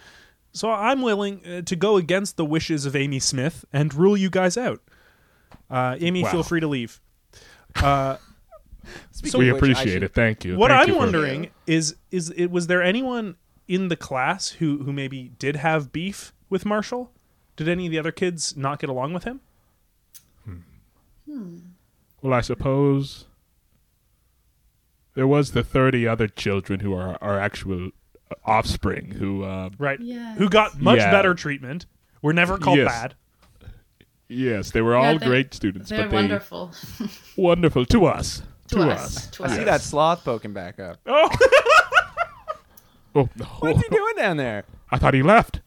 B: So I'm willing uh, to go against the wishes of Amy Smith and rule you guys out. Uh, Amy,
D: Wow.
B: feel free to leave.
C: Speaking
D: we
C: of which, I
D: appreciate
C: should-
D: it. Thank you.
B: What
D: Thank
B: I'm
D: you for-
B: wondering is is it was there anyone in the class who who maybe did have beef with Marshall? Did any of the other kids not get along with him?
D: Well, I suppose there was the 30 other children who are our actual offspring who uh,
B: right?
E: Yes.
B: Who got much
D: Yeah.
B: better treatment. Were never called
D: Yes.
B: bad.
D: yes they were
E: Yeah,
D: all
E: they're-
D: great students
E: They're
D: but they [LAUGHS]
E: wonderful
D: wonderful to us
E: to, us. [LAUGHS] To us.
C: See that sloth poking back up.
D: oh oh no
C: What's he doing down there?
D: [LAUGHS] i thought he left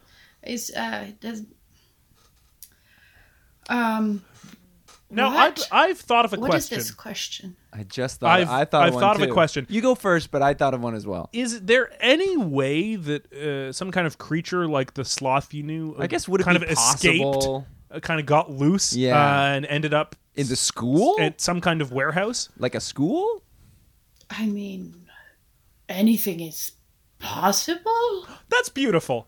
E: It's, uh, it does. Um.
B: Now
E: what?
B: I've I've thought of a
E: What is
B: question.
E: this question?
C: I just thought.
B: I've-
C: I thought.
B: I've
C: of one
B: thought of a
C: too.
B: question.
C: You go first, but I thought of one as well.
B: Is there any way that uh, some kind of creature like the sloth you knew, uh,
C: I guess would it
B: kind
C: be
B: of
C: possible-
B: escaped, uh, kind of got loose,
C: Yeah.
B: uh, and ended up
C: In the school,
B: at some kind of warehouse?
C: like a school.
E: I mean, anything is possible,
B: That's beautiful.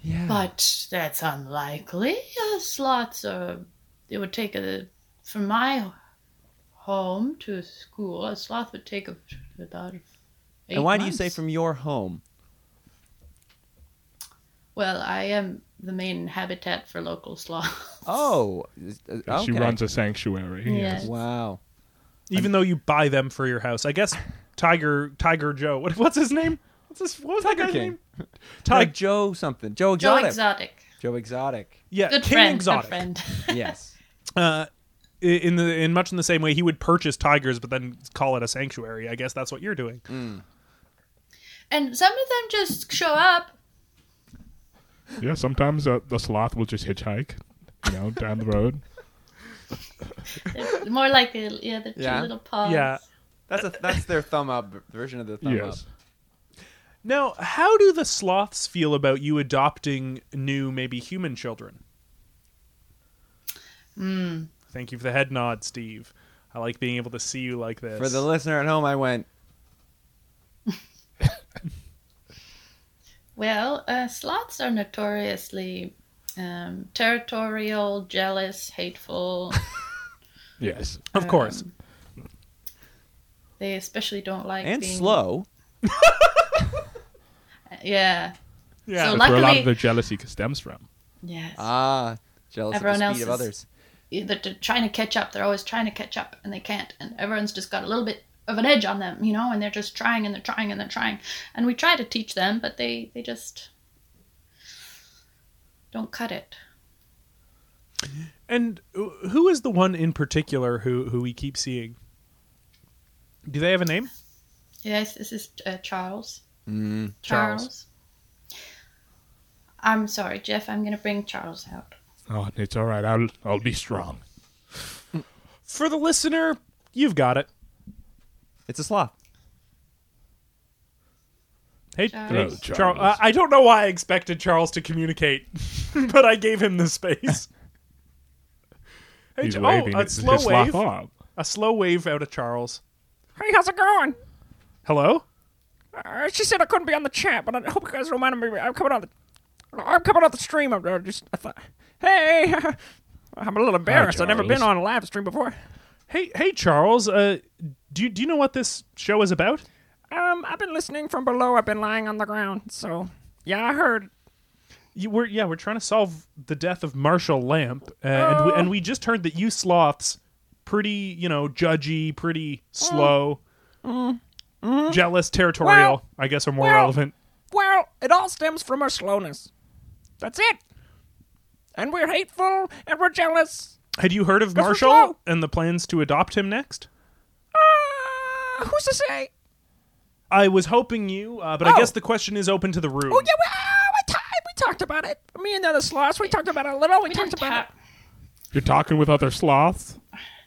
C: Yeah.
E: but that's unlikely. Uh, slots are. It would take a. From my home to school, a sloth would take a, about. Eight
C: and why
E: months.
C: do you say from your home?
E: Well, I am the main habitat for local sloth. [LAUGHS]
C: Oh, uh, okay.
D: she runs a sanctuary
C: [LAUGHS]
E: Yes.
C: Wow.
B: Even though you buy them for your house, I guess Tiger Tiger Joe. [LAUGHS] What, what's his name? What's his what was that
C: Tiger
B: guy's
C: King.
B: name?
C: Like
B: Tiger.
C: Joe something. Joe
E: Joe
C: Exotic.
E: exotic.
C: Joe Exotic.
B: Yeah,
E: Good
B: King
E: friend.
B: Exotic.
E: Good friend. [LAUGHS]
C: Yes.
B: Uh, i- in the in much in the same way, he would purchase tigers, but then call it a sanctuary. I guess that's what you're doing.
C: Mm.
E: and some of them just show up.
D: yeah sometimes uh, the sloth will just hitchhike you know down the [LAUGHS] road
E: They're more like the yeah, the two
C: Yeah.
E: little paws.
B: Yeah.
C: [LAUGHS] That's a that's their thumb up version of the thumb
D: yes
C: up.
B: Now, how do the sloths feel about you adopting new, maybe human children?
E: Hmm.
B: Thank you for the head nod, Steve. I like being able to see you like this.
C: For the listener at home, I went.
E: Well, uh, sloths are notoriously um, territorial, jealous,
C: [LAUGHS]
E: hateful.
D: yes
B: of course.
E: they especially don't like
C: and
E: being,
C: slow.
E: Yeah.
B: Yeah.
E: So
D: that's where a lot
E: luckily,
D: of their jealousy stems from
E: yes.
C: Ah, jealous
E: Everyone
C: of the
E: else
C: speed of
E: is-
C: others.
E: Either they're trying to catch up. They're always trying to catch up, and they can't. And everyone's just got a little bit of an edge on them, you know. And they're just trying, and they're trying, and they're trying. And we try to teach them, but they they just don't cut it.
B: And wh- who is the one in particular who who we keep seeing? Do they have a name?
E: Yes, this is uh, Charles.
C: Mm.
B: Charles.
E: Charles. I'm sorry, Jeff. I'm gonna bring Charles out.
D: oh it's all right i'll i'll be strong
B: For the listener, you've got it.
C: It's a sloth.
B: Hey,
E: Charles.
B: hey,
D: Hello,
B: Charles.
D: Oh, Charles.
B: I I don't know why I expected Charles to communicate, [LAUGHS] but I gave him the space. hey,
D: he's
B: Ch-
D: waving
B: oh, a
D: his,
B: slow
D: his sloth
B: wave.
D: arm.
B: A slow wave out of Charles.
F: Hey, how's it going?
B: Hello?
F: Uh, she said I couldn't be on the chat, but I hope you guys don't mind me. I'm coming on the, I'm coming on the stream. I'm uh, just, I thought, hey, [LAUGHS] I'm a little embarrassed. I've never
D: Charles.
F: been on a live stream before.
B: Hey, hey, Charles. Uh, do you- do you know what this show is about?
F: Um, I've been listening from below. I've been lying on the ground. So, yeah, I heard.
B: You, we're yeah, we're trying to solve the death of Marshall Lamp, uh, and we, and we just heard that you sloths, pretty you know judgy, pretty slow, jealous, territorial.
F: Well,
B: I guess are more
F: well.
B: relevant.
F: Well, it all stems from our slowness. That's it. And we're hateful, and we're jealous.
B: Had you heard of
F: we're
B: Marshall
F: slow.
B: and the plans to adopt him next?
F: Uh, who's to say?
B: I was hoping you, uh, but I
F: Oh.
B: guess the question is open to the room.
F: Oh yeah, we, oh, we, ta- we talked about it. Me and the other sloths, we talked about it a little. We, talked about it.
D: You're talking with other sloths.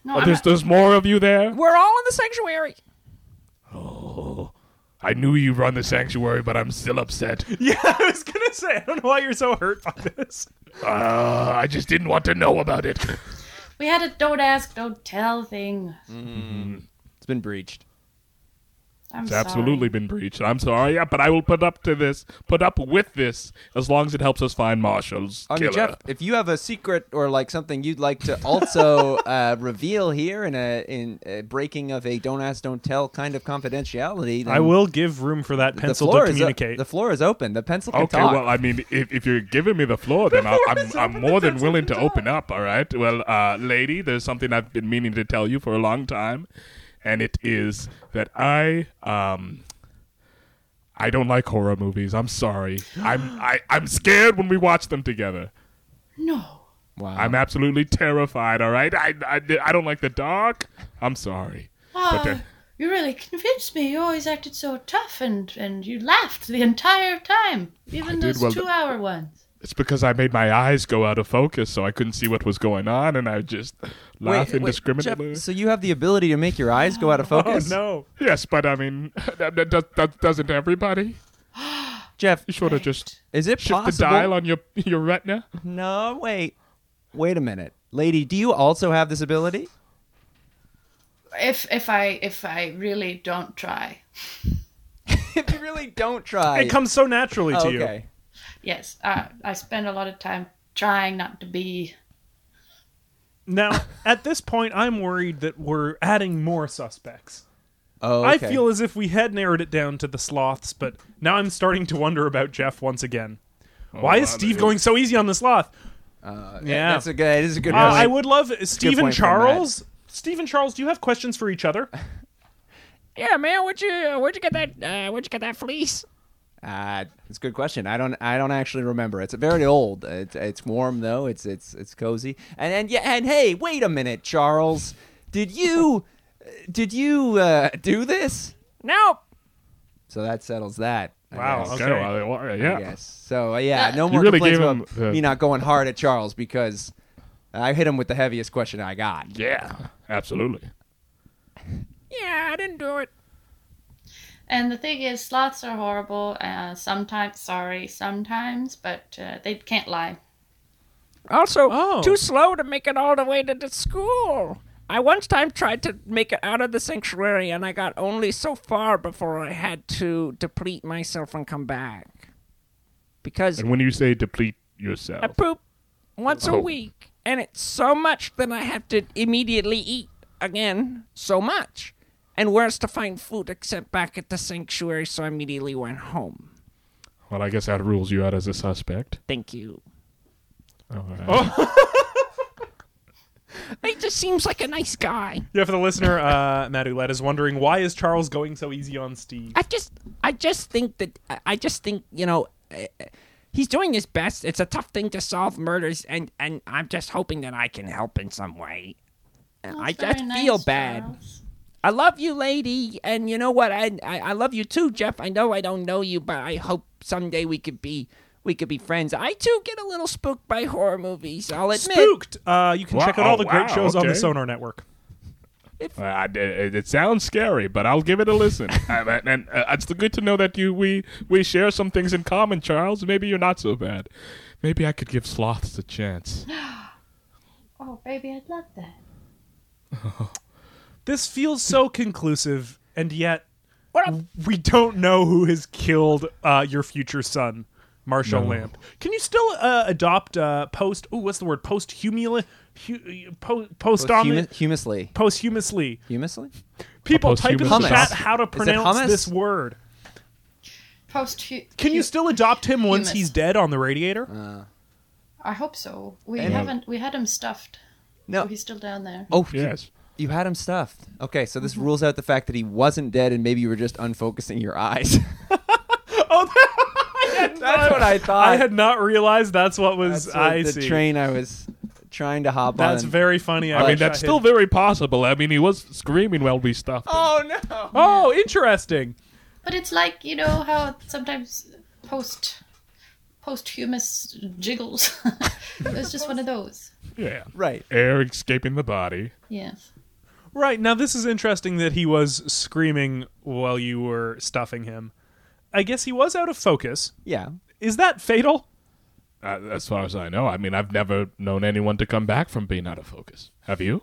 E: No,
D: Oh,
E: I'm
D: there's there's more of you there.
F: We're all in the sanctuary.
D: I knew you run the sanctuary, but I'm still upset.
B: Yeah, [LAUGHS] I was gonna say I don't know why you're so hurt by this.
D: Uh, I just didn't want to know
C: [LAUGHS]
D: about it.
E: We had a don't ask, don't tell thing.
C: It's been breached.
E: I'm
D: It's
E: sorry.
D: absolutely been breached. I'm sorry, yeah, but I will put up to this, put up with this, as long as it helps us find Marshall's
C: I mean,
D: killer.
C: Jeff, if you have a secret or like something you'd like to
B: [LAUGHS]
C: also uh, reveal here in a in a breaking of a don't ask, don't tell kind of confidentiality, then
B: I will give room for that
C: The
B: pencil
C: floor
B: to
C: is o-
B: communicate.
C: the floor is open. The pencil can
D: okay,
C: talk.
D: well, I mean, if, if you're giving me the floor, then I'll, I'm I'm more than willing to open up. All right. Well, uh, lady, there's something I've been meaning to tell you for a long time, and it is that I um I don't like horror movies. I'm sorry. I'm I, I'm scared when we watch them together.
E: No.
C: Wow.
D: I'm absolutely terrified. All right, I, I, I don't like the dark. I'm sorry.
E: Ah,
D: But, uh,
E: you really convinced me. You always acted so tough, and and you laughed the entire time, even
D: did,
E: those
D: well,
E: two-hour ones.
D: It's because I made my eyes go out of focus, so I couldn't see what was going on, and I just laugh indiscriminately.
C: Jeff, so you have the ability to make your eyes go out
B: [LAUGHS]
C: of focus?
B: Oh, no.
D: yes, but I mean, [LAUGHS] that, that, does- that doesn't everybody.
C: Jeff,
D: You sort of just
C: is it
D: shift
C: possible?
D: the dial on your your retina.
C: No, wait. Wait a minute. Lady, do you also have this ability?
E: If if I if I really don't try,
C: [LAUGHS] if you really don't try.
B: It comes so naturally to
C: Oh,
B: you.
C: okay.
E: yes, I I spend a lot of time trying not to be.
B: Now, at this point, I'm worried that we're adding more suspects.
C: Oh,
B: I
C: okay.
B: feel as if we had narrowed it down to the sloths, but now I'm starting to wonder about Jeff once again. Why is
D: wow,
B: Steve
D: that-
B: going so easy on the sloth? yeah.
C: That's a good. It is a good.
B: Uh, I
C: point.
B: would love Steve and
C: point from Matt.
B: Charles. Steve and Charles, do you have questions for each other?
F: Yeah, man, where'd you where'd you get that uh, where'd you get that fleece?
C: Uh, it's a good question. I don't. I don't actually remember. It's very old. It's, it's warm though. It's it's it's cozy. And and yeah. And hey, wait a minute, Charles. Did you [LAUGHS] did you uh, do this?
F: Nope.
C: So that settles that. I guess.
B: Okay.
D: Oh, well, yeah.
C: I guess. So uh, yeah, no
E: You
C: more
D: really
C: complaints
D: gave
C: about
D: him, uh,
C: me not going hard at Charles because I hit him with the heaviest question I got.
D: Yeah, absolutely.
F: Yeah, I didn't do it.
E: And the thing is, sloths are horrible. Uh, sometimes, sorry, sometimes, but uh, they can't lie.
F: Also,
B: Oh.
F: too slow to make it all the way to the school. I once time tried to make it out of the sanctuary, and I got only so far before I had to deplete myself and come back. Because
D: And when you say deplete yourself,
F: I poop once a week, and it's so much that I have to immediately eat again. So much. And where's to find food except back at the sanctuary, so I immediately went home.
D: well, I guess that rules you out as a suspect. Oh,
F: Thank you.
D: All right.
F: He just seems like a nice guy.
B: Yeah, for the listener, uh, Matt Ouellette is wondering why is Charles going so easy on Steve?
F: I just, I just think that, I- I just think you know, uh, uh, he's doing his best. It's a tough thing to solve murders, and and I'm just hoping that I can help in some way. And I
E: That's
F: just
E: very
F: feel
E: nice,
F: bad.
E: Charles.
F: I love you, lady, and you know what? I, I I love you too, Jeff. I know I don't know you, but I hope someday we could be we could be friends. I too get a little spooked by horror movies. I'll admit.
B: Spooked. Uh, you can
D: Wow,
B: check out all the great
D: wow,
B: shows on the
D: okay.
B: Sonar Network.
D: Well, I, it, it sounds scary, but I'll give it a [LAUGHS] listen. and and, uh, it's good to know that you we we share some things in common, Charles. Maybe you're not so bad. Maybe I could give sloths a chance.
E: Oh, baby, I'd love that.
B: This feels so conclusive, and yet
F: What up?
B: we don't know who has killed uh, your future son, Marshall Lamp. Can you still uh, adopt uh, post? Oh, what's the word? Post humula, hu- po- post
C: Humus, humusly.
B: posthumously.
C: Humusly?
B: People type in the
D: posthumous-
B: chat
C: Hummus.
B: how to
C: Is it
B: pronounce
C: hummus?
B: this word.
E: Post.
B: Can you still adopt him once
E: Hummus.
B: he's dead on the radiator?
C: Uh,
E: I hope so. We
C: And-
E: haven't. We had him stuffed.
C: No.
E: Oh, he's still down there.
C: Oh,
D: Yes.
C: You had him stuffed. Okay, so this rules out the fact that he wasn't dead and maybe you were just unfocusing your eyes. [LAUGHS]
B: Oh, [LAUGHS]
C: That's what I thought.
B: I had not realized that's what was.
C: That's what
B: I
C: the
B: see.
C: train I was trying to hop
B: That's
C: on.
B: very funny.
D: I
B: wish
D: mean, that's
B: had-
D: still very possible. I mean, he was screaming while we stuffed him.
C: Oh no.
B: Oh, interesting.
E: But it's like you know how sometimes post posthumous jiggles. [LAUGHS] it was just one of those.
D: Yeah.
C: Right.
D: Air escaping the body.
E: Yes.
B: Right now, this is interesting that he was screaming while you were stuffing him. I guess he was out of focus.
C: Yeah.
B: Is that fatal?
D: Uh, as far as I know, I mean, I've never known anyone to come back from being out of focus. Have you?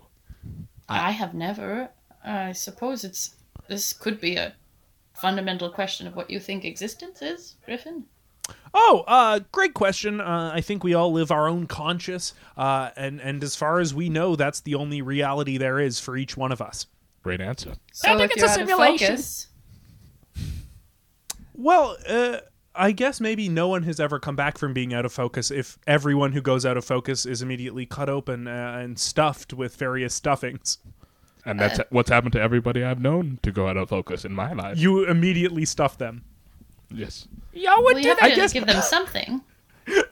E: I have never. I suppose it's this could be a fundamental question of what you think existence is, Griffin.
B: Oh, uh, great question. Uh, I think we all live our own conscious, uh, and and as far as we know, that's the only reality there is for each one of us.
D: Great answer.
E: So
F: think
E: if
F: it's a
E: you're out of
F: simulation.
E: focus-
B: Well, uh, I guess maybe no one has ever come back from being out of focus if everyone who goes out of focus is immediately cut open uh, and stuffed with various stuffings.
D: and that's what's happened to everybody I've known to go out of focus in my life.
B: You immediately stuff them.
D: yes,
F: Y'all would
E: We
F: do
E: have
F: that.
E: to give
F: [LAUGHS]
E: them something.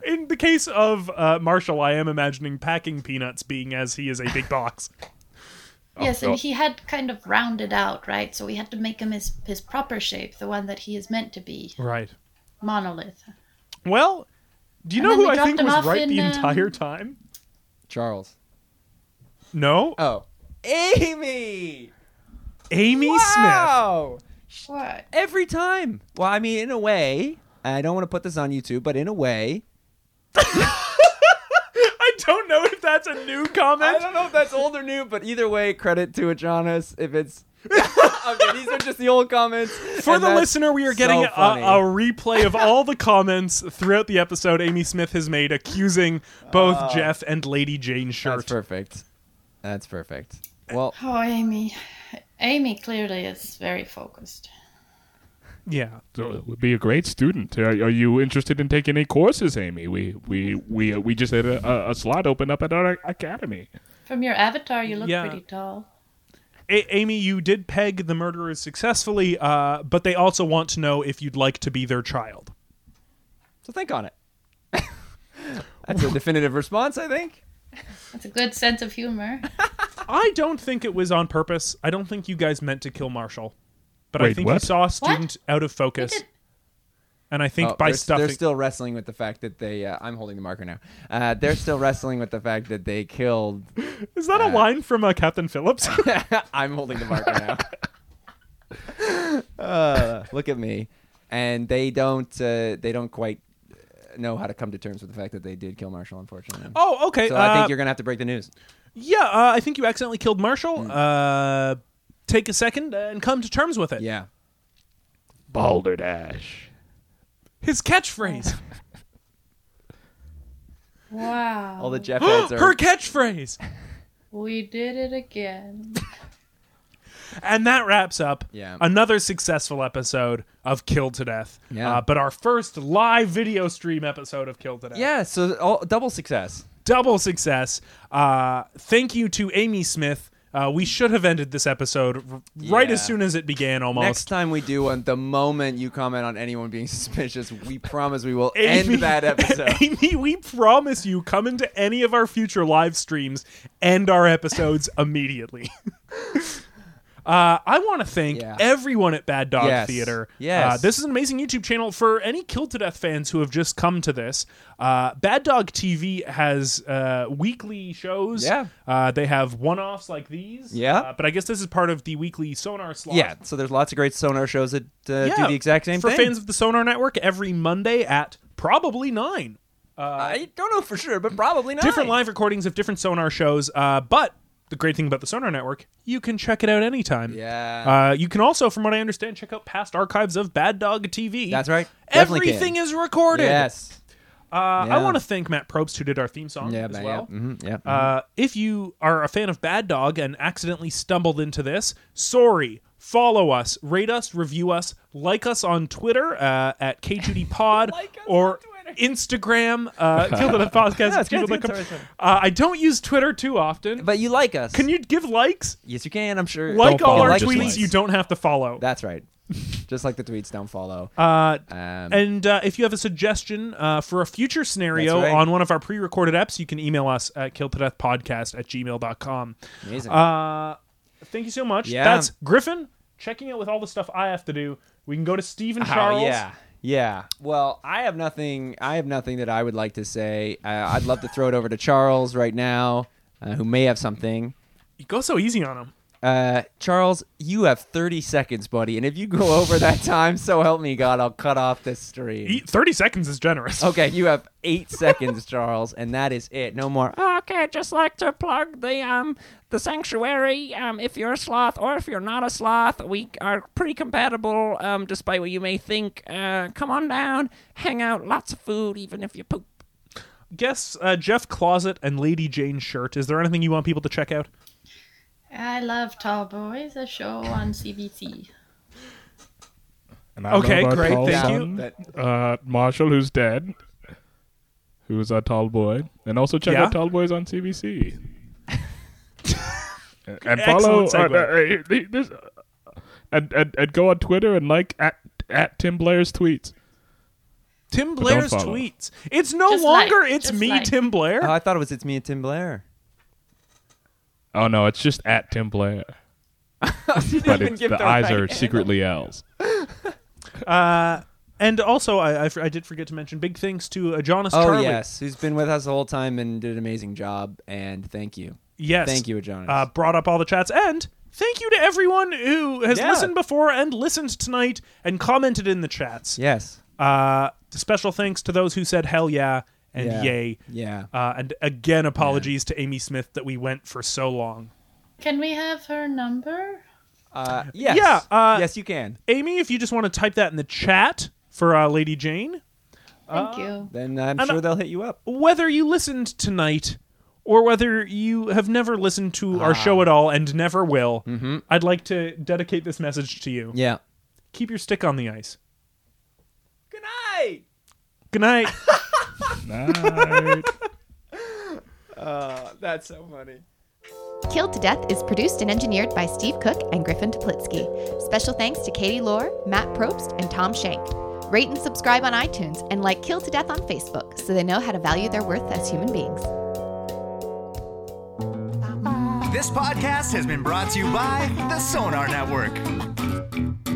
B: In the case of uh, Marshall, I am imagining packing peanuts being as he is a big box.
E: yes, and
D: God.
E: he had kind of rounded out, right? So we had to make him his his proper shape, the one that he is meant to be,
B: Right.
E: monolith.
B: Well, do you know
E: And then
B: who
E: we
B: I
E: dropped
B: think
E: him
B: was
E: off
B: right the
E: in, um,
B: entire time?
C: Charles.
B: No,
C: Oh, Amy.
B: Amy
C: Wow.
E: What?
C: Every time. Well, I mean, in a way, I don't want to put this on YouTube, but in a way,
B: Smith. I don't know if that's a new
C: I
B: comment.
C: don't know if that's old or new, but either way, credit to Ajonas if
B: [LAUGHS]
C: it's. okay, these are just the old comments.
B: For
C: and
B: the
C: that's
B: listener, we are
C: so
B: getting a,
C: funny.
B: a replay of all the comments throughout the episode Amy Smith has made accusing both Jeff and Lady Jane
C: Uh, That's
B: Shirt.
C: perfect. That's perfect. Well,
E: Oh, Amy. Amy clearly is very focused.
B: Yeah.
D: so it would be a great student. Are, are you interested in taking any courses, Amy? We we we uh, we just had a, a, a slot open up at our academy.
E: From your avatar, you look
B: Yeah.
E: pretty tall.
B: A- Amy, you did peg the murderers successfully, uh, but they also want to know if you'd like to be their child.
C: so think on it. [LAUGHS] that's a definitive response, I think.
E: That's a good sense of
F: [LAUGHS]
E: humor.
B: I don't think it was on purpose. I don't think you guys meant to kill Marshall, but I
D: Wait,
B: think you
D: what?
B: saw a student out of focus,
E: did-
B: and I think
C: Oh,
B: by
C: they're,
B: stuffing.
C: they're still wrestling with the fact that they. Uh, I'm holding the marker now. Uh, they're still wrestling with the fact that they killed.
B: Is that a line from uh, Captain
C: [LAUGHS]
B: Phillips? [LAUGHS]
C: I'm holding the marker now. [LAUGHS] uh, look at me, and they don't. Uh, they don't quite know how to come to terms with the fact that they did kill Marshall. Unfortunately,
B: oh, okay.
C: so I
B: uh,
C: think you're gonna have to break the news.
B: Yeah, uh, I think you accidentally killed Marshall.
C: Hmm.
B: Uh, take a second and come to terms with it.
C: Yeah.
D: Balderdash.
B: His
C: [LAUGHS]
B: catchphrase.
E: Wow.
B: [GASPS]
C: All the Jeff heads are.
B: Her catchphrase.
E: we did it again.
B: And that wraps up
C: Yeah.
B: another successful episode of Killed to Death.
C: Yeah.
B: Uh, but our first live video stream episode of Killed to Death.
C: [LAUGHS] yeah. So all, double success.
B: Double success. Uh, thank you to Amy Smith. Uh, we should have ended this episode r- right
C: Yeah.
B: as soon as it began almost.
C: Next time we do one, the moment you comment on anyone being [LAUGHS] suspicious, we promise we will
B: [LAUGHS] Amy-
C: end that episode.
B: [LAUGHS] Amy, we promise you, come into any of our future live streams, end our
C: [LAUGHS]
B: episodes immediately. [LAUGHS] Uh, I want to thank
C: Yeah.
B: everyone at Bad Dog
C: Yes.
B: Theater.
C: Yes.
B: Uh, this is an amazing YouTube channel for any Killed to Death fans who have just come to this. Uh, Bad Dog TV has uh, weekly shows.
C: Yeah.
B: Uh, they have one offs like these.
C: Yeah.
B: Uh, but I guess this is part of the weekly Sonar slot.
C: Yeah, so there's lots of great sonar shows that uh, do the exact same
B: for
C: thing.
B: fans of the Sonar Network every Monday at probably nine.
C: I don't know for sure, but probably not.
B: different live recordings of different sonar shows uh, but the great thing about the sonar network you can check it out anytime
C: Yeah.
B: uh, you can also from what i understand check out past archives of bad dog tv
C: That's right. Definitely can.
B: everything is recorded
C: Yes.
B: uh,
C: Yeah.
B: i want to thank matt probst who did our theme song
C: Yeah,
B: as
C: but-
B: well
C: yeah. mhm, yeah.
B: uh, if you are a fan of bad dog and accidentally stumbled into this sorry follow us rate us review us like us on twitter uh, at kjudy pod
C: [LAUGHS] Like us
B: or
C: on
B: instagram uh, kill the podcast
C: Yeah, it's good,
B: at gmail.com.
C: it's always fun.
B: uh, i don't use twitter too often
C: but you like us.
B: can you give likes?
C: Yes, you can. I'm sure.
B: Like all
D: follow,
B: our
D: just
B: tweets,
D: likes.
B: you don't have to follow. [LAUGHS]
C: That's right. Just like the tweets, don't follow.
B: uh,
C: Um,
B: and uh, if you have a suggestion uh, for a future scenario
C: That's right.
B: on one of our pre-recorded eps, you can email us at killtodeathpodcast at gmail.com.
C: amazing.
B: Uh, thank you so much.
C: Yeah.
B: That's Griffin checking out with all the stuff I have to do. We can go to Steve and Charles.
C: Oh, yeah. Yeah. Well, I have nothing. I have nothing that I would like to say. Uh, I'd love to throw it over to Charles right now, uh, who may have something.
B: You go so easy on him.
C: Uh, Charles, you have 30 seconds, buddy, and if you go over
B: [LAUGHS]
C: that time, so help me God, I'll cut off this stream.
B: E- Thirty seconds is generous.
C: Okay, you have eight seconds, Charles, and that is it. No more.
F: Okay, I'd just like to plug the um the sanctuary. Um, if you're a sloth or if you're not a sloth, we are pretty compatible. Um, despite what you may think. Uh, come on down, hang out, lots of food, even if you poop.
B: [LAUGHS] Guess uh, Jeff Closet and Lady Jane Shirt. Is there anything you want people to check out?
E: I love Tall Boys, a show on CBC.
D: And I don't know
B: Okay,
D: about
B: great,
D: Paul's
B: thank you.
C: Um,
D: son, Uh, Marshall, who's dead, who's a tall boy, and also check
B: Yeah.
D: out Tall Boys on CBC. and, and follow
B: Excellent
D: uh, uh, uh, this- and, and and go on Twitter and like at at Tim Blair's tweets.
B: Tim Blair's
D: follow.
B: tweets. It's no
E: Just
B: longer
E: like,
B: it's
E: just
B: me,
E: like.
B: Tim Blair.
C: Oh, I thought it was it's me and Tim Blair.
D: Oh no, it's just at Tim Blair. but it's, the, eyes are secretly L's.
B: and also, I, I, I did forget to mention big thanks to uh, Jonas
C: Oh
B: Charlie.
C: yes, who's been with us the whole time and did an amazing job. And thank you.
B: Yes.
C: Thank you, Jonas.
B: Uh, brought up all the chats. And thank you to everyone who has
C: Yeah.
B: listened before and listened tonight and commented in the chats.
C: yes.
B: Uh, special thanks to those who said hell yeah and
C: Yeah.
B: yay.
C: Yeah.
B: Uh, and again, apologies to Amy Smith that we went for so long.
E: Can we have her number?
C: Uh, yes.
B: yeah, uh,
C: yes, you can.
B: Amy, if you just want to type that in the chat for uh, Lady Jane,
E: Thank you.
C: Then I'm
B: and- uh,
C: sure they'll hit you up.
B: whether you listened tonight or whether you have never listened to our
C: Ah.
B: show at all and never will, I'd like to dedicate this message to you.
C: Mm-hmm. Yeah.
B: Keep your stick on the ice.
C: Good night.
B: Good night.
D: Night.
C: That's so funny.
G: Killed to Death is produced and engineered by Steve Cook and Griffin Toplitsky. Special thanks to Katie Lohr, Matt Probst, and Tom Shank. Rate and subscribe on iTunes and like Killed to Death on Facebook so they know how to value their worth as human beings.
H: This podcast has been brought to you by the Sonar Network.